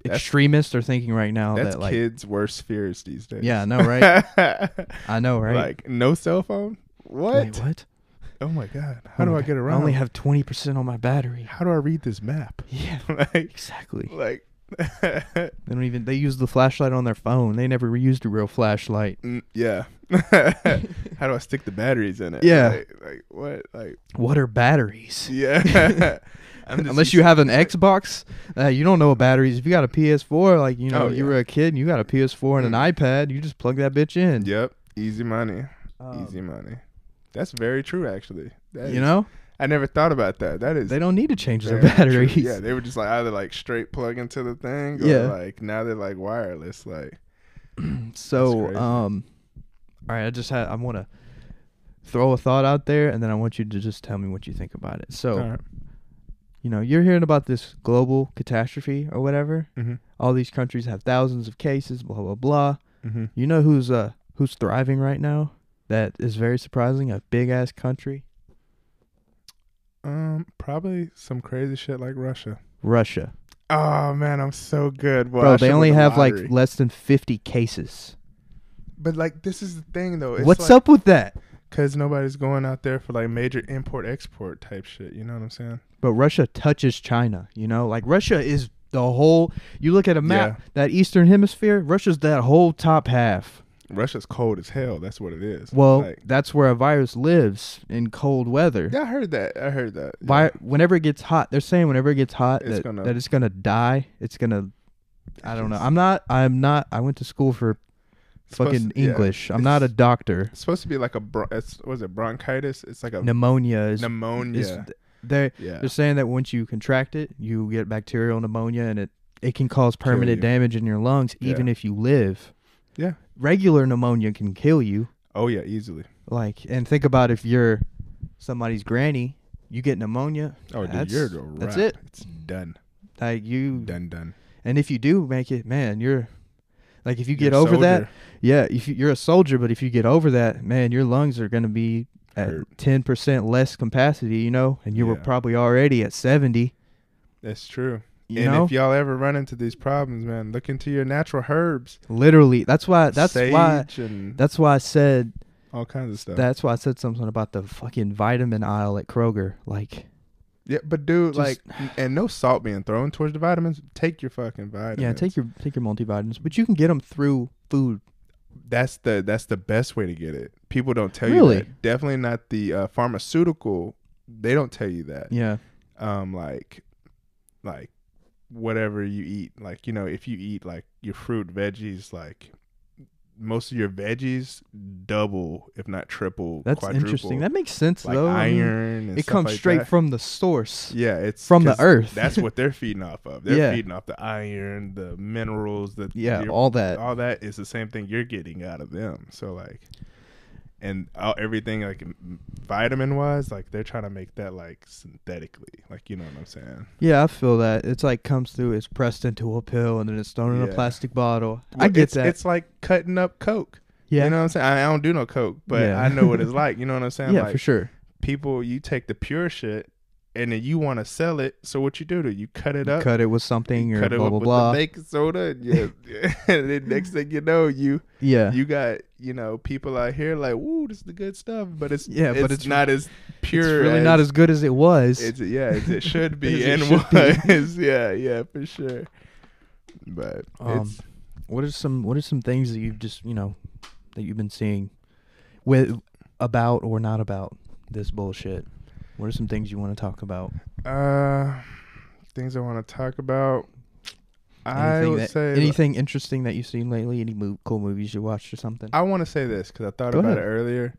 S3: That's-
S2: extremists are thinking right now.
S3: that's
S2: that like.
S3: kids' worst fears these days.
S2: Yeah, I know, right?
S3: right.
S2: I know, right?
S3: Like no cell phone. What?
S2: Wait, what?
S3: Oh my god! How
S2: Oh
S3: do
S2: my
S3: I
S2: God.
S3: get around?
S2: I only have twenty percent on my battery.
S3: How do I read this map?
S2: Yeah,
S3: like,
S2: exactly.
S3: like,
S2: They don't even. They use the flashlight on their phone. They never used a real flashlight.
S3: mm, yeah. How do I stick the batteries in it?
S2: Yeah.
S3: Like, like what? Like
S2: What are batteries?
S3: yeah. I'm just
S2: Unless
S3: used
S2: you
S3: to-
S2: have an Xbox, uh, you don't know what batteries. If you got a PS4, like you know,
S3: Oh,
S2: you
S3: yeah.
S2: were a kid and you got a PS4 and an iPad, you just plug that bitch in.
S3: Yep. Easy money.
S2: Um,
S3: Easy money. That's very true, actually. That is-
S2: You know,
S3: I never thought about that. That is.
S2: they don't need to change their
S3: very true.
S2: batteries.
S3: Yeah, they were just like either like straight plug into the thing, or
S2: Yeah.
S3: like now they're like wireless. Like
S2: So,
S3: crazy.
S2: um, all right, I just had I want to throw a thought out there, and then I want you to just tell me what you think about it. So, you know, you're hearing about this global catastrophe or whatever.
S3: mm-hmm.
S2: All these countries have thousands of cases, blah blah blah.
S3: Mm-hmm.
S2: You know who's uh who's thriving right now? That is very surprising. A big ass country,
S3: Um, probably some crazy shit like Russia.
S2: Russia.
S3: Oh man, I'm so good. Well,
S2: Bro,
S3: I
S2: they
S3: should
S2: only
S3: win the
S2: have
S3: lottery.
S2: like less than 50 cases.
S3: But like, this is the thing though. It's
S2: What's
S3: like,
S2: up with that?
S3: Because nobody's going out there for like major import export type shit. You know what I'm saying?
S2: but Russia touches China. You know, like Russia is the whole. You look at a map, that eastern hemisphere, Russia's that whole top half.
S3: Russia's cold as hell. That's what it is.
S2: Well,
S3: Like,
S2: that's where a virus lives in cold weather.
S3: yeah, I heard that. I heard that. Yeah.
S2: Vi- whenever it gets hot, they're saying whenever it gets hot
S3: It's
S2: that,
S3: gonna-
S2: that it's gonna die. It's gonna. I don't know.
S3: Jeez.
S2: I'm not. I'm not. I went to school for
S3: It's supposed
S2: fucking
S3: to- yeah.
S2: English. I'm not a
S3: It's-
S2: doctor.
S3: It's supposed to be like a. Bro- it's was it bronchitis? It's like a
S2: Pneumonia is.
S3: pneumonia.
S2: is they
S3: yeah.
S2: They're saying that once you contract it, you get bacterial pneumonia and it, it can cause permanent
S3: you.
S2: damage in your lungs, even
S3: Yeah.
S2: if you live.
S3: Yeah.
S2: Regular pneumonia can kill you.
S3: Oh yeah, easily.
S2: Like, and think about if you're somebody's granny, you get pneumonia.
S3: Oh, dude,
S2: That's-
S3: you're a wrap.
S2: that's it.
S3: It's done,
S2: Like you,
S3: done, done.
S2: and if you do make it, man, you're like if you
S3: You're
S2: get
S3: a
S2: over that,
S3: soldier.
S2: yeah, if you, you're a soldier, but if you get over that, man, your lungs are gonna be at
S3: Hurt.
S2: ten percent less capacity, you know, and you were
S3: Yeah.
S2: probably already at seventy.
S3: That's true.
S2: You
S3: and
S2: know,
S3: if y'all ever run into these problems, man, look into your natural herbs.
S2: literally, that's why. That's
S3: sage
S2: why.
S3: and
S2: That's why I said.
S3: all kinds of stuff.
S2: That's why I said something about the fucking vitamin aisle at Kroger. Like,
S3: yeah, but dude,
S2: Just-
S3: like, and no salt being thrown towards the vitamins. Take your fucking vitamins.
S2: yeah, take your take your multivitamins, but you can get them through food.
S3: That's the that's the best way to get it. People don't tell
S2: Really?
S3: you that. Definitely not the uh, pharmaceutical. They don't tell you that.
S2: Yeah,
S3: Um, like like whatever you eat. Like, you know, if you eat like your fruit, veggies, like most of your veggies double, if not triple,
S2: That's
S3: quadruple.
S2: interesting. That makes sense
S3: like
S2: though. I mean,
S3: iron and
S2: it
S3: stuff
S2: comes
S3: like
S2: straight
S3: that.
S2: from the source.
S3: yeah, it's
S2: from the
S3: 'cause
S2: earth.
S3: That's what they're feeding off of. They're
S2: Yeah.
S3: feeding off the iron, the minerals, the
S2: Yeah,
S3: your-
S2: all that.
S3: all that is the same thing you're getting out of them. So like, and all, everything like vitamin wise, like they're trying to make that like synthetically. Like you know what I'm saying?
S2: Yeah, I feel that. It's like comes through, it's pressed into a pill and then it's thrown in a
S3: Yeah.
S2: plastic bottle. I
S3: Well,
S2: get
S3: it's,
S2: that.
S3: It's like cutting up Coke.
S2: yeah.
S3: You know what I'm saying? I, I don't do no Coke, but
S2: Yeah.
S3: I know what it's like. You know what I'm saying?
S2: yeah,
S3: like
S2: for sure.
S3: people, you take the pure shit and then you want to sell it. So what you do? Do you cut it
S2: You
S3: up?
S2: cut it with something or
S3: uh, cut it
S2: blah
S3: up
S2: blah
S3: with
S2: blah.
S3: the baking soda, and, yeah, and then next thing you know, you
S2: yeah.
S3: you got you know people out here like, "Woo, this is the good stuff," but it's
S2: Yeah, but it's-
S3: not as pure.
S2: it's really not as good as it was.
S3: It's, yeah, as it should be
S2: As
S3: and
S2: it should
S3: was. yeah, yeah, for sure. But
S2: Um,
S3: it's
S2: what are some what are some things that you've just you know that you've been seeing with about or not about this bullshit? What are some things you want to talk about?
S3: uh, things I want to talk about. I
S2: Anything
S3: would
S2: that-
S3: say
S2: anything interesting that you've seen lately? Any mo- cool movies you watched or something?
S3: I want to say this because I thought
S2: Go
S3: about
S2: ahead.
S3: it earlier.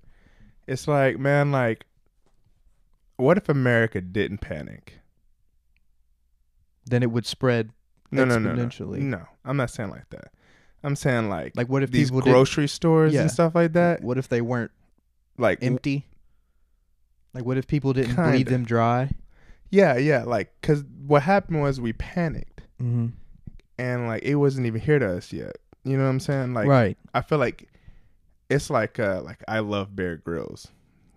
S3: It's like, man, like, what if America didn't panic?
S2: then it would spread.
S3: No, no, no, no,
S2: Exponentially.
S3: no. I'm not saying like that. I'm saying like,
S2: Like what if
S3: these
S2: people
S3: grocery stores
S2: Yeah.
S3: and stuff like that.
S2: did? What if they weren't
S3: Like,
S2: empty? Like what if people didn't bleed
S3: Kinda.
S2: them dry?
S3: yeah, yeah, like, cause what happened was we panicked
S2: Mm-hmm.
S3: and like it wasn't even here to us yet. You know what I'm saying? Like,
S2: right.
S3: I feel like it's like uh like I love Bear Grylls.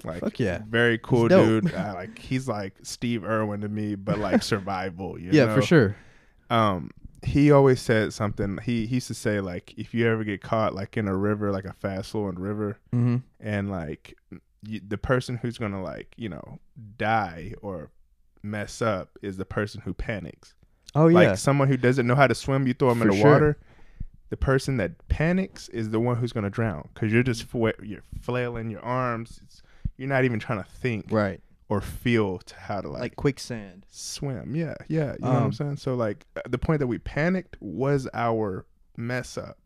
S3: Like
S2: Fuck yeah.
S3: very cool
S2: dope.
S3: dude. I, like he's like Steve Irwin to me, but like survival. You
S2: Yeah,
S3: know?
S2: for sure.
S3: Um, he always said something. He he used to say like if you ever get caught like in a river, like a fast flowing river,
S2: Mm-hmm.
S3: and like you, the person who's gonna like you know die or mess up is the person who panics.
S2: Oh yeah.
S3: like someone who doesn't know how to swim, you throw them in
S2: For
S3: the
S2: sure.
S3: water. The person that panics is the one who's gonna drown because you're just fwa- you're flailing your arms. It's, you're not even trying to think
S2: right.
S3: or feel to how to
S2: Like,
S3: like
S2: quicksand.
S3: swim. Yeah, yeah. You know what
S2: Um,
S3: I'm saying? So like uh, the point that we panicked was our mess up.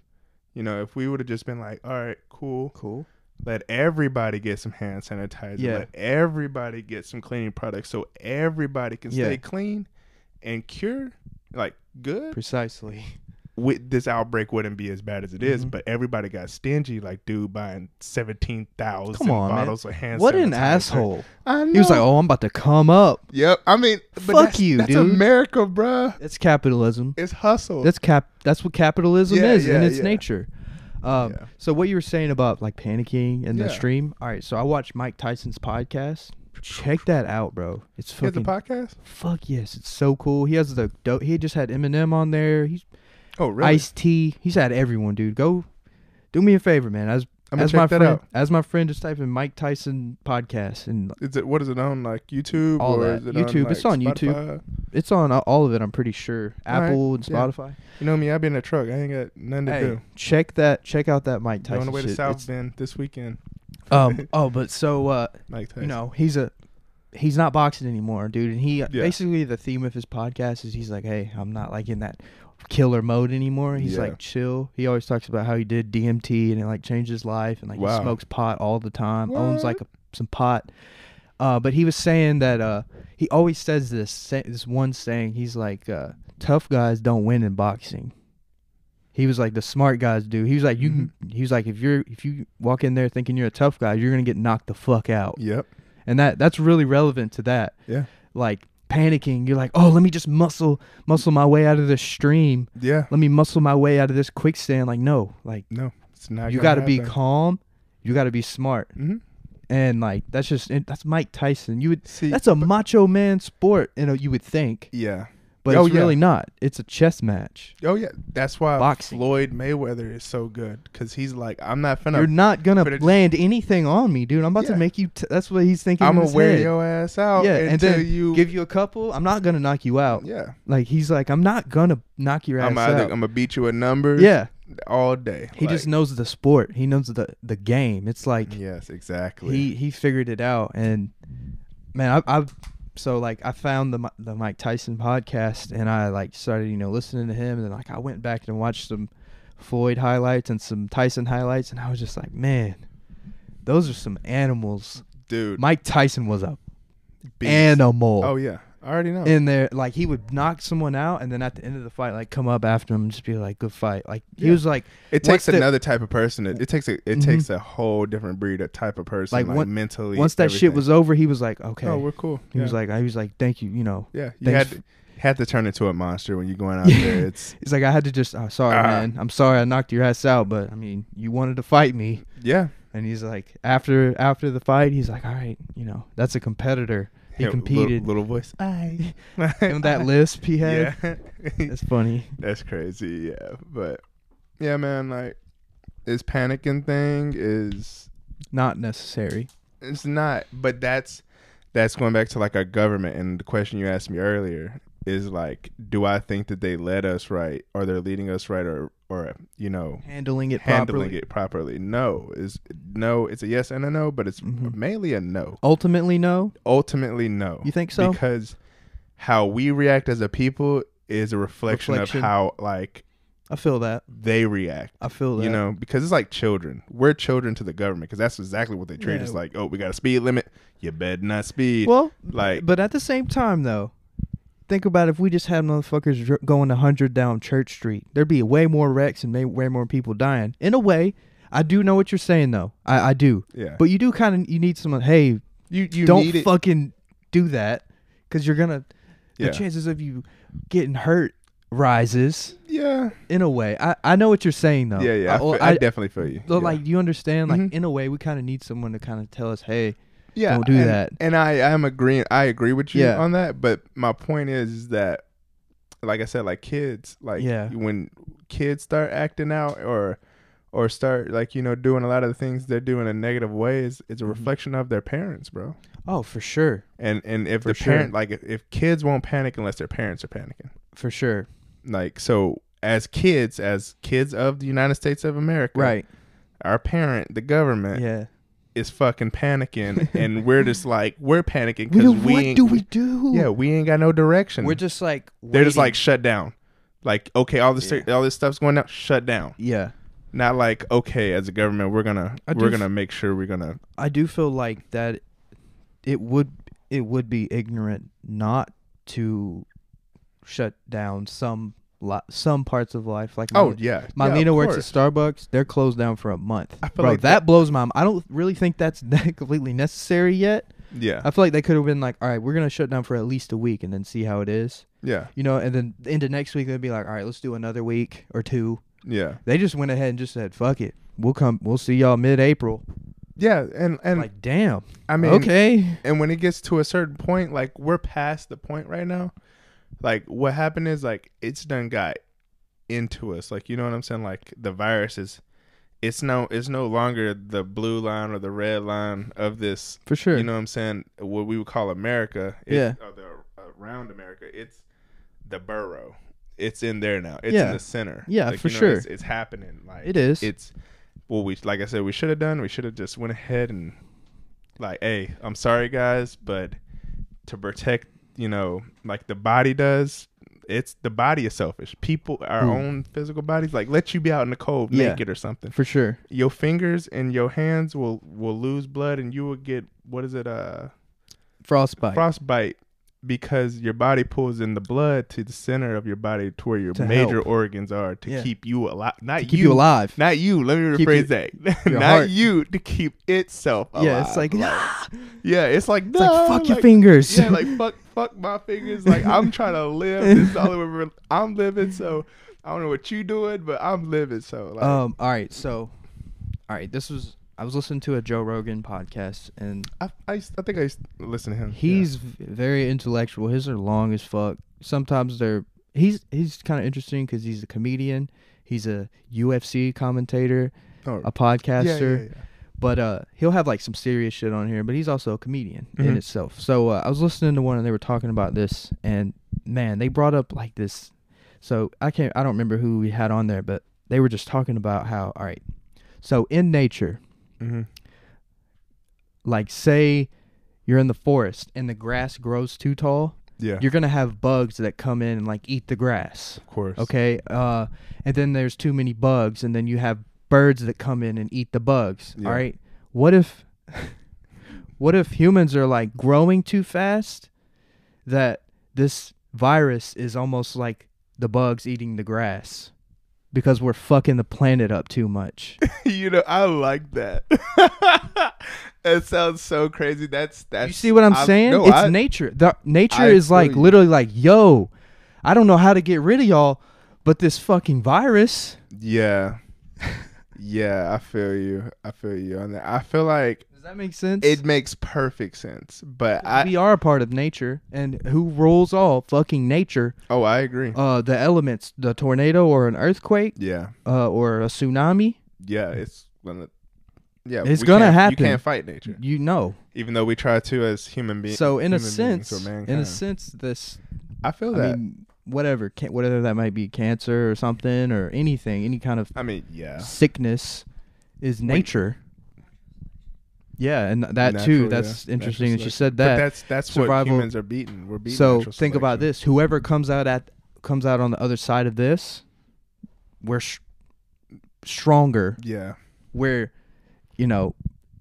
S3: You know, if we would have just been like, all right, cool,
S2: Cool.
S3: let everybody get some hand sanitizer,
S2: Yeah.
S3: let everybody get some cleaning products so everybody can
S2: Yeah.
S3: stay clean and cure, like good.
S2: Precisely.
S3: With this outbreak wouldn't be as bad as it is,
S2: Mhm.
S3: but everybody got stingy, like dude buying seventeen thousand
S2: Come on, man.
S3: bottles of hand
S2: What an
S3: sanitizer.
S2: asshole.
S3: I know.
S2: He was like, "Oh, I'm about to come up."
S3: Yep. I mean, but
S2: Fuck
S3: that's-
S2: you,
S3: that's
S2: dude.
S3: America, bruh.
S2: That's capitalism.
S3: It's hustle.
S2: That's cap. That's what capitalism
S3: Yeah,
S2: is in
S3: yeah,
S2: its
S3: yeah.
S2: nature. Um,
S3: Yeah.
S2: So what you were saying about like panicking in the
S3: Yeah.
S2: stream? All right. So I watched Mike Tyson's podcast. Check that out, bro. It's
S3: He has a
S2: fucking
S3: podcast.
S2: fuck yes. It's so cool. He has the dope. He just had Eminem on there. He's
S3: Oh, really?
S2: Ice T. He's had everyone, dude. Go, do me a favor, man. As
S3: I'ma
S2: as
S3: check
S2: my
S3: that
S2: friend,
S3: out.
S2: as my friend, just type in Mike Tyson podcast, and
S3: Is it what is it on like YouTube
S2: All
S3: or
S2: that.
S3: is it
S2: YouTube.
S3: On,
S2: It's
S3: like,
S2: on YouTube.
S3: Spotify?
S2: it's on uh, all of it. I'm pretty sure
S3: All right,
S2: Apple and
S3: yeah.
S2: Spotify.
S3: You know me. I be in a truck. I ain't got nothing to
S2: Hey,
S3: do.
S2: check that. Check out that Mike
S3: Going
S2: Tyson
S3: away
S2: shit.
S3: to South
S2: It's-
S3: Bend this weekend.
S2: um. Oh, but so uh,
S3: Like Tyson.
S2: you know, he's a he's not boxing anymore, dude. And he basically the theme of his podcast is he's like, hey, I'm not like in that killer mode anymore. He's
S3: Yeah.
S2: like chill. He always talks about how he did DMT and it like changed his life and like
S3: Wow.
S2: he smokes pot all the time. Owns like a,
S3: What?
S2: some pot. Uh, but he was saying that uh, he always says this say, this one saying. He's like, uh, tough guys don't win in boxing. He was like the smart guys do. He was like
S3: Mm-hmm.
S2: you. can He was like if you're if you walk in there thinking you're a tough guy, you're gonna get knocked the fuck out
S3: Yep.
S2: and that that's really relevant to that
S3: Yeah.
S2: like panicking you're like oh let me just muscle muscle my way out of this stream
S3: Yeah.
S2: let me muscle my way out of this quicksand like no like
S3: No, it's not.
S2: you got
S3: gotta
S2: to be calm you got to be smart
S3: hmm
S2: and like that's just it, that's mike tyson you would
S3: See,
S2: that's a macho man sport you know you would think
S3: yeah.
S2: but
S3: Oh,
S2: it's
S3: yeah.
S2: really not it's a chess match
S3: Oh yeah. That's why
S2: Boxing.
S3: Floyd Mayweather is so good because he's like, I'm not finna.
S2: you're not gonna
S3: but it-
S2: land anything on me dude i'm about
S3: Yeah.
S2: to make you t- that's what he's thinking
S3: I'm
S2: in
S3: gonna
S2: his
S3: wear
S2: head.
S3: your ass out
S2: yeah and
S3: until
S2: then
S3: you.
S2: give you a couple i'm not gonna knock you out
S3: yeah.
S2: Like he's like, I'm not gonna knock your ass
S3: I'm either, I'm
S2: out.
S3: gonna beat you at numbers.
S2: Yeah,
S3: All day.
S2: he just
S3: Like,
S2: knows the sport. He knows the the game. It's like
S3: Yes. Exactly.
S2: he he figured it out. And man, I, I've so like I found the Mi- the Mike Tyson podcast and I like started you know listening to him and then like I went back and watched some Floyd highlights and some Tyson highlights and I was just like man those are some animals
S3: dude.
S2: Mike Tyson was a
S3: beast.
S2: animal
S3: oh yeah, I already know.
S2: in there like he would knock someone out and then at the end of the fight like come up after him and just be like good fight like he
S3: Yeah.
S2: was like
S3: it
S2: once
S3: takes
S2: the-
S3: another type of person. It, it takes a, it
S2: Mhm.
S3: takes a whole different breed of type of person,
S2: Like,
S3: like,
S2: once-
S3: mentally.
S2: once that shit
S3: everything.
S2: was over he was like okay
S3: oh, we're cool.
S2: he was
S3: Yeah.
S2: like I he was like thank you you know
S3: yeah, you
S2: thanks
S3: had
S2: f-
S3: to, had to turn into a monster when you're going out there. It's
S2: He's like, I had to just. Oh, sorry,
S3: Ah.
S2: man. I'm sorry I knocked your ass out, but I mean, you wanted to fight me.
S3: yeah.
S2: And he's like, after after the fight, he's like, all right, you know, that's a competitor. He
S3: Yeah, little-
S2: competed.
S3: Little, voice. I.
S2: and that lisp he had.
S3: Yeah.
S2: That's funny.
S3: That's crazy, yeah. But yeah, man, like this panicking thing is
S2: Not necessary.
S3: it's not but that's that's going back to like our government and the question you asked me earlier is like, do I think that they led us right or they're leading us right or or you know
S2: Handling it
S3: handling
S2: properly.
S3: it properly? No. Is no, it's a yes and a no, but it's
S2: Mhm.
S3: mainly a no.
S2: Ultimately, no.
S3: Ultimately no.
S2: You think so?
S3: Because how we react as a people is a reflection,
S2: Reflection.
S3: of how like
S2: I feel that.
S3: they react
S2: I feel that.
S3: you know, because it's like children. We're children to the government because that's exactly what they treat
S2: Yeah.
S3: us like. Oh, we got a speed limit. You better not speed.
S2: Well,
S3: like,
S2: but at the same time, though, think about if we just had motherfuckers dr- going 100 down Church Street, there'd be way more wrecks and may- way more people dying. In a way, I do know what you're saying, though. I, I do.
S3: yeah,
S2: But you do kind of you need someone. Hey,
S3: you you
S2: don't
S3: need it-
S2: fucking do that, because you're gonna.
S3: Yeah.
S2: The chances of you getting hurt rises
S3: Yeah,
S2: in a way. I, I know what you're saying though.
S3: yeah, yeah. I,
S2: well,
S3: feel- I definitely feel you.
S2: so,
S3: yeah.
S2: like you understand. Like
S3: Mhm.
S2: in a way, we kind of need someone to kind of tell us, hey,
S3: yeah,
S2: don't do
S3: and-
S2: that.
S3: And I I am agreeing. I agree with you
S2: Yeah.
S3: on that. But my point is, is that, like I said, like kids, like
S2: Yeah.
S3: when kids start acting out or. Or start like you know doing a lot of the things they're doing in negative ways. It's a
S2: Mm-hmm.
S3: reflection of their parents, bro.
S2: oh for sure,
S3: And and if
S2: For
S3: the
S2: sure.
S3: parent like if, if kids won't panic unless their parents are panicking.
S2: for sure,
S3: Like so as kids, as kids of the United States of America,
S2: right?
S3: our parent, the government,
S2: Yeah.
S3: is fucking panicking and we're just like we're panicking
S2: We
S3: because
S2: don't-
S3: we,
S2: what
S3: ain't,
S2: do we do?
S3: Yeah, we ain't got no direction.
S2: we're just like
S3: they're just like
S2: waiting.
S3: shut down. Like, okay, all this all this stuff's going down, shut down.
S2: yeah.
S3: Not like, okay, as a government we're gonna
S2: I do
S3: we're
S2: f-
S3: gonna make sure we're gonna
S2: I do feel like that it would it would be ignorant not to shut down some li- some parts of life. Like my,
S3: Oh yeah.
S2: my
S3: yeah,
S2: Lena
S3: of
S2: works at
S3: course.
S2: Starbucks. They're closed down for a month.
S3: I feel
S2: Bro,
S3: like
S2: that, blows my. m- I don't really think that's completely necessary yet.
S3: Yeah.
S2: I feel like they could have been like, all right, we're gonna shut down for at least a week and then see how it is,
S3: yeah.
S2: you know. And then into next week they'd be like, all right, let's do another week or two.
S3: Yeah.
S2: They just went ahead and just said, fuck it, we'll come, we'll see y'all mid-April.
S3: Yeah. And and
S2: like, damn.
S3: I mean
S2: okay.
S3: and when it gets to a certain point, like we're past the point right now. Like what happened is like it's done got into us. Like you know what I'm saying? Like the virus is it's no it's no longer the blue line or the red line of this
S2: For sure.
S3: you know what I'm saying what we would call America. It-
S2: Yeah.
S3: Or the around America. It's the burrow. It's in there now. It's
S2: Yeah.
S3: in the center.
S2: Yeah,
S3: Like,
S2: for
S3: you know,
S2: sure.
S3: It's, it's happening. Like
S2: It is.
S3: It's well we like I said we should have done. We should have just went ahead and like, hey, I'm sorry guys, but to protect, you know, like the body does. It's the body is selfish. People, our
S2: Mm.
S3: own physical bodies, like let you be out in the cold
S2: Yeah.
S3: naked or something.
S2: for sure.
S3: Your fingers and your hands will will lose blood, and you will get what is it? Uh,
S2: Frostbite.
S3: frostbite because your body pulls in the blood to the center of your body to where your
S2: To
S3: major
S2: help.
S3: organs are to
S2: Yeah.
S3: keep you alive. Not
S2: to keep you, alive.
S3: Not you. Let me rephrase
S2: Keep
S3: that.
S2: your
S3: Not
S2: heart.
S3: you to keep itself alive.
S2: yeah, it's like,
S3: yeah, it's like
S2: it's like
S3: no,
S2: fuck your fingers.
S3: Yeah, like fuck, fuck my fingers. Like I'm trying to live. This is the only way we're- I'm living. So I don't know what you doing, but I'm living. So like,
S2: um. All right. So, all right. This was I was listening to a Joe Rogan podcast, and
S3: I, I, used- I think I used to listen to him. Yeah.
S2: he's v- very intellectual. His are long as fuck. Sometimes they're he's he's kind of interesting because he's a comedian. He's a UFC commentator,
S3: Oh,
S2: a podcaster.
S3: yeah, yeah, yeah.
S2: but uh, he'll have like some serious shit on here. But he's also a comedian in
S3: Mhm.
S2: itself. So uh, I was listening to one and they were talking about this, and man, they brought up like this. So I can't, I don't remember who we had on there, but they were just talking about how, all right,
S3: Mm-hmm.
S2: so in nature,
S3: Mhm.
S2: like say you're in the forest and the grass grows too tall,
S3: Yeah.
S2: you're gonna have bugs that come in and like eat the grass.
S3: of course.
S2: Okay. Uh, and then there's too many bugs, and then you have birds that come in and eat the bugs.
S3: Yeah.
S2: All right. What if, what if humans are like growing too fast, that this virus is almost like the bugs eating the grass, because we're fucking the planet up too much.
S3: you know, I like that. it sounds so crazy. That's that's.
S2: you see what I'm saying?
S3: no,
S2: it's
S3: I-
S2: nature. The, nature
S3: I
S2: is like
S3: feel you.
S2: literally like, yo, I don't know how to get rid of y'all, but this fucking virus.
S3: Yeah. yeah, I feel you. I feel you on that. I feel like
S2: Does that make sense?
S3: it makes perfect sense, but I
S2: we are a part of nature and who rules all fucking nature
S3: oh, I agree.
S2: uh the elements the tornado or an earthquake
S3: yeah.
S2: uh or a tsunami
S3: Yeah, it's gonna Yeah,
S2: It's
S3: we
S2: gonna
S3: can't-
S2: happen.
S3: You can't fight nature.
S2: you know
S3: Even though we try to as human beings.
S2: so in a sense in a sense this
S3: I feel
S2: i
S3: that.
S2: mean whatever can, whether that might be cancer or something or anything any kind of
S3: I mean, yeah.
S2: sickness is nature yeah and that too
S3: Natural,
S2: that's
S3: yeah.
S2: interesting
S3: Natural
S2: that
S3: selection.
S2: she said
S3: But
S2: that
S3: that's that's what
S2: survival-
S3: humans are beaten. We're beaten.
S2: so
S3: natural
S2: think about
S3: selection.
S2: this whoever comes out at comes out on the other side of this we're sh- stronger
S3: Yeah.
S2: we're you know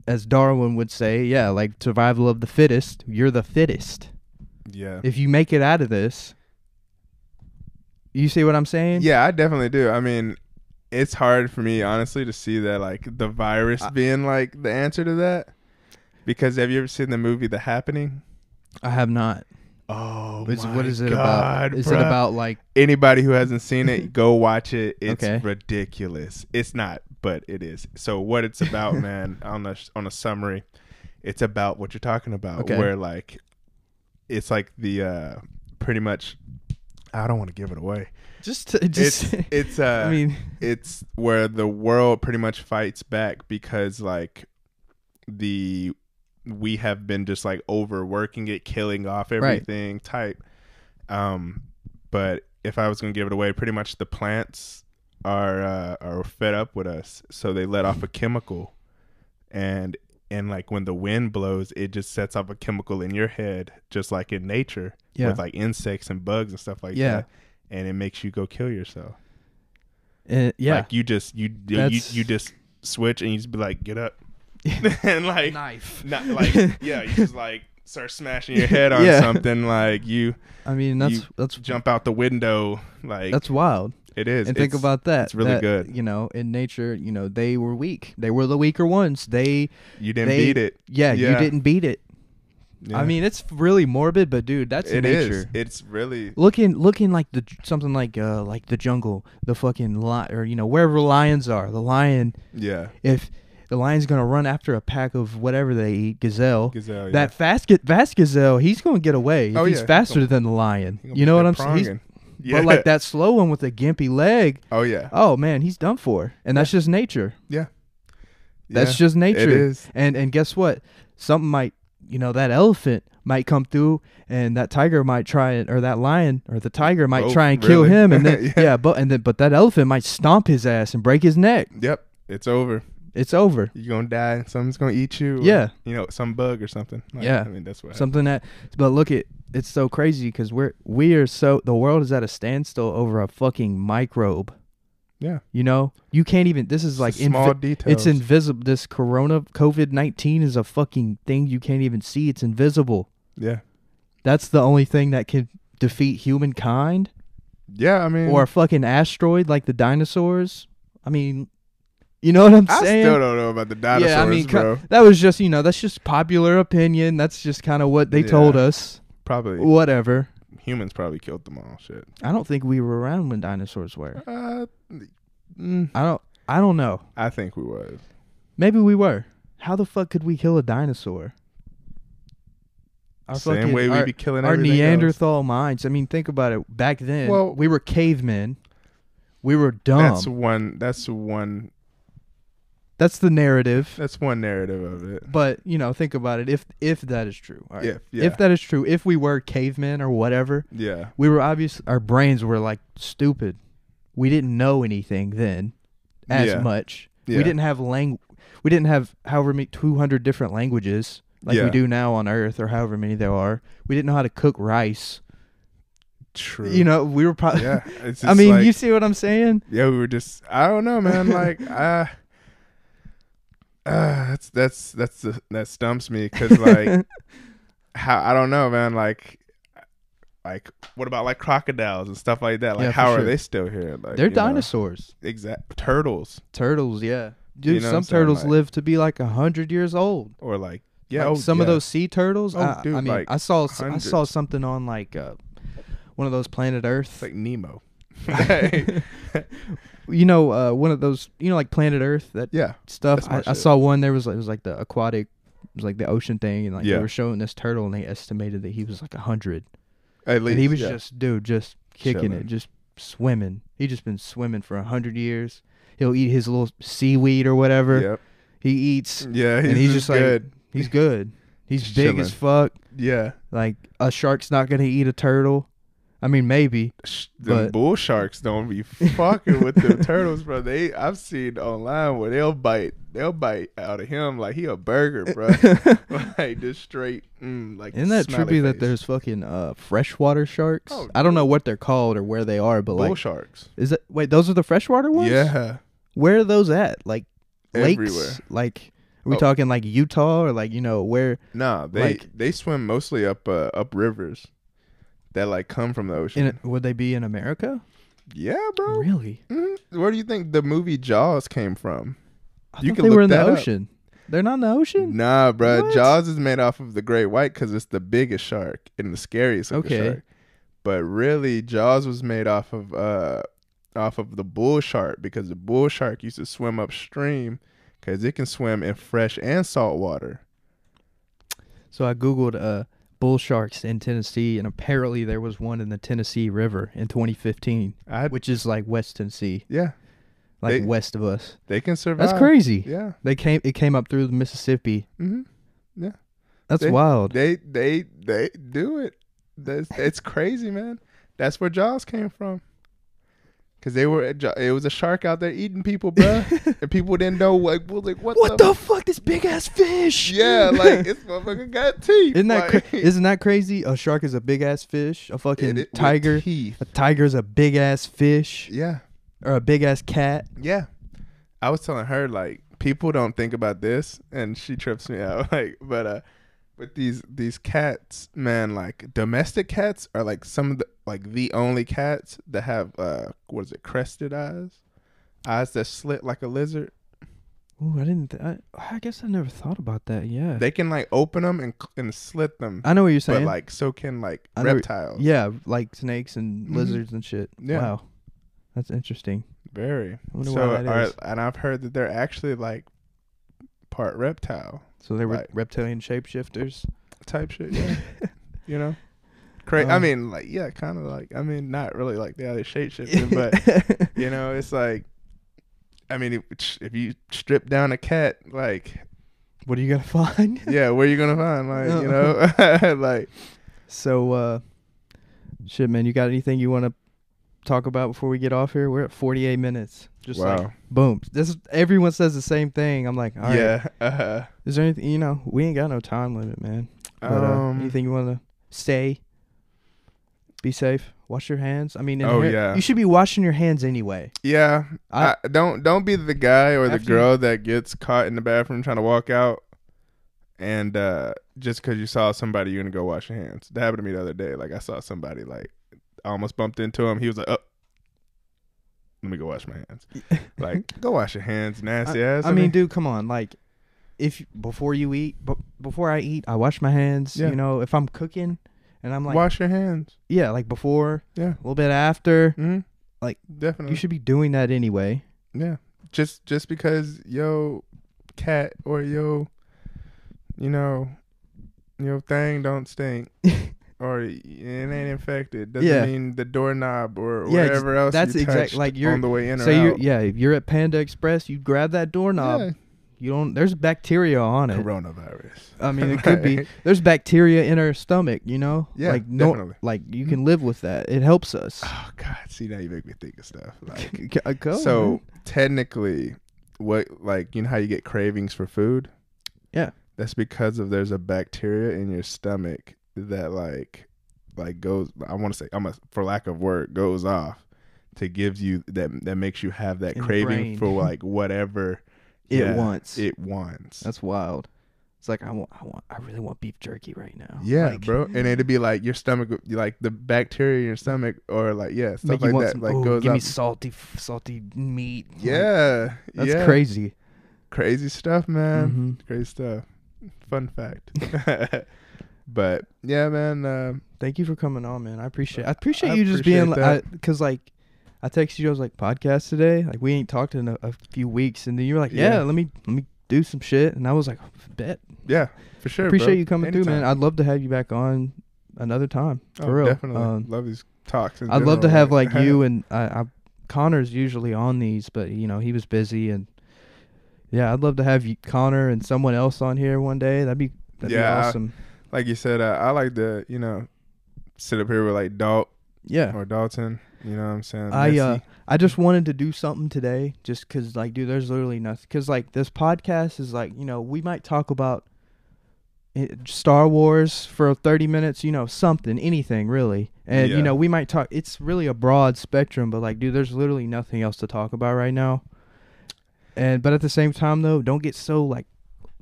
S2: as darwin would say yeah like survival of the fittest you're the fittest
S3: Yeah.
S2: if you make it out of this you see what i'm saying
S3: Yeah, I definitely do. I mean, it's hard for me honestly to see that like the virus being like the answer to that. Because have you ever seen the movie The Happening?
S2: i have not
S3: Oh,
S2: Is- what is it about is it
S3: bruh.
S2: about like
S3: Anybody who hasn't seen it, go watch it. It's
S2: Okay.
S3: ridiculous. It's not, but it is. So what it's about, man, on a on a summary, it's about what you're talking about.
S2: Okay.
S3: Where like, it's like the uh pretty much. I don't want to give it away.
S2: just to,
S3: It's
S2: just
S3: it's uh.
S2: i mean
S3: it's where the world pretty much fights back because like the we have been just like overworking it killing off everything type um but if i was going to give it away pretty much the plants are uh, are fed up with us so they let off a chemical and and like when the wind blows it just sets off a chemical in your head just like in nature
S2: Yeah.
S3: with like insects and bugs and stuff like
S2: Yeah.
S3: that and it makes you go kill yourself
S2: uh, yeah
S3: like you just you you,
S2: That's-
S3: you just switch and you just be like, get up, and like
S2: knife
S3: not like yeah, you just like start smashing your head on
S2: Yeah.
S3: something. Like you
S2: i mean that's
S3: you
S2: that's
S3: jump out the window. Like
S2: that's wild
S3: it is.
S2: and think
S3: It's-
S2: about that
S3: it's really
S2: that,
S3: good.
S2: you know in nature you know they were weak they were the weaker ones they
S3: you didn't
S2: they-
S3: beat it.
S2: yeah, you
S3: Yeah.
S2: didn't beat it
S3: Yeah.
S2: I mean, it's really morbid, but dude, that's
S3: it is.
S2: nature.
S3: It's really
S2: Looking, looking like the something like uh like the jungle, the fucking lion, or you know wherever lions are. The lion,
S3: yeah.
S2: if the lion's gonna run after a pack of whatever they eat, gazelle.
S3: Gazelle, yeah.
S2: That fast, ga- fast gazelle, he's gonna get away. If
S3: Oh,
S2: he's
S3: yeah, he's
S2: faster
S3: gonna-
S2: than the lion.
S3: He gonna be
S2: You know what
S3: there
S2: I'm saying? He's-
S3: pronging. Yeah.
S2: But like that slow one with the gimpy leg,
S3: Oh yeah.
S2: oh man, he's done for. And that's just nature.
S3: Yeah.
S2: That's
S3: Yeah.
S2: just nature.
S3: is.
S2: And and guess what? Something might you know that elephant might come through, and that tiger might try it, or that lion or the tiger might
S3: Both,
S2: try and kill
S3: Oh, really.
S2: him, and then yeah.
S3: Yeah.
S2: but and then but that elephant might stomp his ass and break his neck.
S3: Yep. It's over.
S2: It's over.
S3: You're gonna die. Something's gonna eat you. or,
S2: Yeah.
S3: You know, some bug or something. Like,
S2: Yeah.
S3: I mean, that's what.
S2: Something that. But look at it's so crazy because we're we are so the world is at a standstill over a fucking microbe.
S3: happened.
S2: You know, you can't even. This is
S3: It's
S2: like
S3: the small
S2: It's
S3: details.
S2: invisible. This corona COVID nineteen is a fucking thing you can't even see. It's invisible.
S3: Yeah. Yeah.
S2: That's the only thing that can defeat humankind
S3: Yeah. I mean,
S2: or a fucking asteroid like the dinosaurs. I mean, you know what I'm
S3: I
S2: saying?
S3: still don't know about the dinosaurs,
S2: yeah, I mean, ki-
S3: bro.
S2: that was just you know that's just popular opinion. That's just kind of what they told
S3: Yeah.
S2: us.
S3: Probably
S2: Whatever.
S3: humans probably killed them all. Shit.
S2: I don't think we were around when dinosaurs were.
S3: Uh, mm,
S2: I don't. I don't know.
S3: I think we was.
S2: Maybe we were. How the fuck could we kill a dinosaur? Our
S3: Same
S2: fucking-
S3: way we
S2: our-
S3: be killing
S2: our
S3: everything else.
S2: Neanderthal minds. I mean, think about it. Back then,
S3: Well-
S2: we were cavemen. We were dumb.
S3: That's one. That's one.
S2: That's the narrative.
S3: That's one narrative of it.
S2: But you know, think about it. If if that is true, all right.
S3: Yeah, yeah.
S2: if that is true, if we were cavemen or whatever,
S3: Yeah.
S2: we were obvious. Our brains were like stupid. We didn't know anything then, as
S3: Yeah.
S2: much.
S3: Yeah.
S2: We didn't have lang. We didn't have however many two hundred different languages. like
S3: Yeah.
S2: we do now on Earth or however many there are. We didn't know how to cook rice.
S3: True.
S2: You know, we were probably.
S3: Yeah. It's
S2: I
S3: just
S2: mean,
S3: like-
S2: you see what I'm saying?
S3: yeah, we were just I don't know, man. Like uh, uh that's that's that's the that stumps me because like how I don't know, man. Like like what about like crocodiles and stuff like that? Like
S2: Yeah, for
S3: how are
S2: sure.
S3: they still here? Like
S2: They're
S3: you know?
S2: dinosaurs,
S3: Exact turtles
S2: turtles. Yeah, dude.
S3: know what I'm
S2: some
S3: saying,
S2: turtles
S3: like-
S2: live to be like a hundred years old.
S3: or like yeah,
S2: Like,
S3: oh,
S2: some of
S3: yeah.
S2: those sea turtles.
S3: Oh,
S2: I,
S3: dude,
S2: I mean,
S3: like,
S2: I saw s- I saw
S3: hundreds.
S2: something on like uh, one of those Planet Earth.
S3: It's like Nemo.
S2: you know, uh, one of those. You know, like Planet Earth. That
S3: yeah.
S2: stuff.
S3: That's my
S2: I, I
S3: shit.
S2: saw one. There was like, it was like the aquatic, it was like the ocean thing, and like
S3: Yeah.
S2: they were showing this turtle, and they estimated that he was like a hundred,
S3: At least
S2: and he was
S3: yeah.
S2: just dude, just kicking it,
S3: Chilling.
S2: just swimming. He just been swimming for a hundred years. He'll eat his little seaweed or whatever
S3: Yep.
S2: he eats.
S3: Yeah, he's,
S2: and he's just,
S3: good.
S2: like, he's good. He's
S3: Just
S2: big as fuck.
S3: yeah.
S2: Like a shark's not gonna eat a turtle. I mean, maybe.
S3: Sh- the
S2: But-
S3: bull sharks don't be fucking with the turtles, bro. They I've seen online where they'll bite, they'll bite out of him like he a burger, bro. like just straight, mm, like
S2: Isn't that
S3: smiley
S2: trippy that
S3: face.
S2: there's fucking uh, freshwater sharks?
S3: Oh,
S2: I don't know what they're called or where they are, but
S3: bull
S2: like
S3: sharks?
S2: Is that wait? Those are the freshwater ones.
S3: Yeah,
S2: Where are those at? Like lakes?
S3: Everywhere.
S2: Like are we
S3: Oh.
S2: talking like Utah or like you know where
S3: nah, they
S2: Like-
S3: they swim mostly up uh, up rivers that like come from the ocean.
S2: in would they be in America?
S3: yeah, bro.
S2: Really?
S3: Mhm. Where do you think the movie Jaws came from?
S2: I
S3: You
S2: thought
S3: can
S2: they
S3: look
S2: were in the
S3: that up.
S2: ocean. They're not in the ocean.
S3: Nah, bro.
S2: What?
S3: Jaws is made off of the great white because it's the biggest shark and the scariest looking
S2: Okay.
S3: shark. But really, Jaws was made off of uh off of the bull shark because the bull shark used to swim upstream because it can swim in fresh and salt water.
S2: So I googled uh, bull sharks in Tennessee, and apparently there was one in the Tennessee River in 2015,
S3: I
S2: which is like West Tennessee,
S3: yeah,
S2: like
S3: They-
S2: west of us.
S3: they can survive.
S2: That's crazy.
S3: Yeah.
S2: They came. It came up through the Mississippi.
S3: hmm
S2: That's
S3: They-
S2: wild.
S3: They they they do it. That's it's crazy, man. That's where Jaws came from. Cause they were, it was a shark out there eating people, bro, and people didn't know like, was like, what,
S2: what the fuck? This big ass fish.
S3: Yeah, like it's motherfucking got teeth.
S2: Isn't that
S3: like,
S2: cra- isn't that crazy? A shark is a big ass fish. A
S3: it- it-
S2: fucking
S3: with
S2: tiger.
S3: teeth.
S2: A tiger's a big ass fish
S3: Yeah,
S2: or a big ass cat.
S3: yeah. I was telling her like people don't think about this, and she trips me out. Like, but uh, but these these cats, man, like domestic cats are like some of the like the only cats that have uh, what is it, crested eyes, eyes that slit like a lizard.
S2: Ooh, I didn't. Th- I, I guess I never thought about that. Yeah,
S3: They can like open them and and slit them,
S2: I know what you're
S3: but
S2: saying.
S3: like so can like
S2: I know-
S3: reptiles.
S2: yeah, like snakes and
S3: Mhm.
S2: lizards and shit.
S3: Yeah.
S2: Wow, that's interesting.
S3: Very.
S2: I wonder
S3: So,
S2: why that
S3: are-
S2: is.
S3: and I've heard that they're actually like part reptile
S2: So they were
S3: like-
S2: reptilian shapeshifters.
S3: type shit. Yeah, you know, cra I
S2: Um,
S3: mean, like yeah, kind of like I mean, not really like the other shape shifting, but you know, it's like, I mean, if, if you strip down a cat, like
S2: what are you gonna find?
S3: yeah, where you gonna find like you
S2: Uh.
S3: know, like
S2: So, uh, shit, man, you got anything you want to talk about before we get off here? We're at 48 minutes. Just like
S3: wow,
S2: boom. This is- everyone says the same thing. I'm like, all right.
S3: yeah. Uh,
S2: Is there anything you know? We ain't got no time limit, man. But,
S3: um,
S2: uh, anything you want to say? Be safe. Wash your hands. I mean,
S3: Oh,
S2: inher-
S3: yeah.
S2: you should be washing your hands anyway.
S3: Yeah,
S2: I-
S3: I, don't don't be the guy or the
S2: After you-
S3: girl that gets caught in the bathroom trying to walk out, and uh, just because you saw somebody, you're gonna go wash your hands. That happened to me the other day. Like I saw somebody, like I almost bumped into him. He was like, "Oh, let me go wash my hands." like, go wash your hands, nasty ass.
S2: I mean, dude, come on. Like, if before you eat, b- before I eat, I wash my hands.
S3: Yeah.
S2: You know, if I'm cooking, and I'm like,
S3: wash your hands.
S2: yeah, like before,
S3: Yeah. Mm-hmm.
S2: a little bit after.
S3: hmm
S2: Like,
S3: definitely.
S2: You should be doing that anyway.
S3: Yeah. Just just because yo cat or yo you know your thing don't stink or it ain't infected doesn't
S2: Yeah.
S3: mean the doorknob or
S2: Yeah, ex-
S3: whatever else
S2: that's
S3: you
S2: exact-
S3: touched
S2: like, you're-
S3: on the way in or
S2: So you
S3: out.
S2: yeah, if you're um, at Panda Express, you grab that doorknob.
S3: Yeah,
S2: You don't. There's bacteria on it.
S3: coronavirus.
S2: I mean, it could be. There's bacteria in our stomach. You know.
S3: Yeah,
S2: Like no.
S3: definitely. Mm-hmm.
S2: Like you can live with that. It helps us.
S3: Oh god, see now you make me think of stuff. Like
S2: C- c- go,
S3: so
S2: man.
S3: technically what like you know how you get cravings for food?
S2: Yeah.
S3: that's because of there's a bacteria in your stomach that like like goes I want to say I'm a, for lack of word goes off to give you that that makes you have that
S2: In the brain.
S3: craving for like whatever
S4: It
S3: yeah,
S4: wants.
S3: it wants
S4: That's wild.
S2: It's like I want, I want, I really want beef jerky right now.
S3: yeah
S2: Like,
S3: bro and it'd be like your stomach would- like the bacteria in your stomach or like yeah
S2: Make
S3: stuff
S2: you
S3: like
S2: want
S3: that
S2: some,
S3: like
S2: ooh,
S3: goes
S2: give
S3: up
S2: me salty, f- salty meat. Like,
S3: yeah
S2: that's
S3: yeah.
S2: crazy.
S3: crazy stuff man
S2: Mhm.
S3: crazy stuff fun fact but yeah man um
S2: Thank you for coming on, man. I appreciate. I appreciate
S3: I
S2: you just being
S3: appreciate
S2: like, because like, I texted you. I was like, podcast today. Like we ain't talked in a, a few weeks, and then you were like, yeah,
S3: Yeah.
S2: let me let me do some shit, and I was like, bet.
S3: yeah for sure
S2: appreciate
S3: bro.
S2: you coming through, man.
S3: Anytime. Oh,
S2: I'd love to have you back on another time. For real.
S3: Definitely.
S2: Um,
S3: love these talks. in
S2: I'd love to
S3: general,
S2: have like you and I, I. Connor's usually on these, but you know he was busy, and yeah, I'd love to have you, Connor and someone else on here one day. That'd be that'd
S3: Yeah,
S2: be
S3: I-
S2: awesome.
S3: like you said, uh, I like to, you know, sit up here with like Dalt
S2: Yeah.
S3: or Dalton. You know what I'm saying?
S2: I uh,
S3: Messy.
S2: I just wanted to do something today, just cause like, dude, there's literally nothing. Cause like this podcast is like, you know, we might talk about it, Star Wars for 30 minutes, you know, something, anything really, and you
S3: Yeah.
S2: know, we might talk. It's really a broad spectrum, but like, dude, there's literally nothing else to talk about right now. And but at the same time, though, don't get so like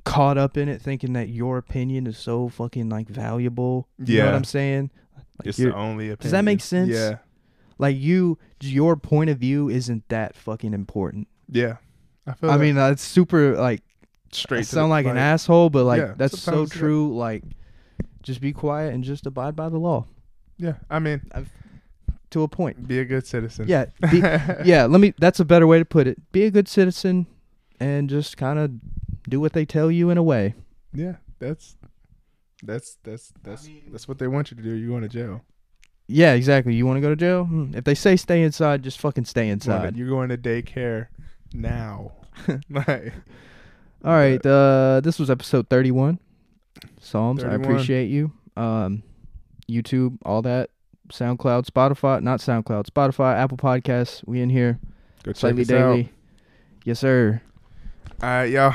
S2: caught up in it, thinking that your opinion is so fucking like valuable. You know what
S3: Yeah.
S2: I'm saying? Like,
S3: it's
S2: you're-
S3: the only opinion.
S2: does that make sense?
S3: Yeah.
S2: like you your point of view isn't that fucking important
S3: Yeah. I feel.
S2: i
S3: that.
S2: mean that's super like
S3: straight.
S2: i
S3: to
S2: sound
S3: the
S2: like an
S3: point.
S2: asshole but like
S3: Yeah,
S2: that's so
S3: sometimes, yeah.
S2: true like just be quiet and just abide by the law
S3: Yeah. I mean,
S2: to a point
S3: be a good citizen.
S2: yeah be, yeah let me that's a better way to put it be a good citizen and just kind of do what they tell you in a way
S3: Yeah. That's. That's that's that's that's what they want you to do. You going to jail?
S2: yeah exactly you want to go to jail Hmm. if they say stay inside just fucking stay
S3: Going to-
S2: inside
S3: You're going to daycare now. like,
S2: All right. Uh, this was episode 31. Psalms. I
S3: 31.
S2: appreciate you. Um, YouTube, all that. SoundCloud, Spotify, not SoundCloud, Spotify, Apple Podcasts. We in here
S3: go check
S2: slightly
S3: us out.
S2: daily. Yes, sir.
S3: All right, y'all.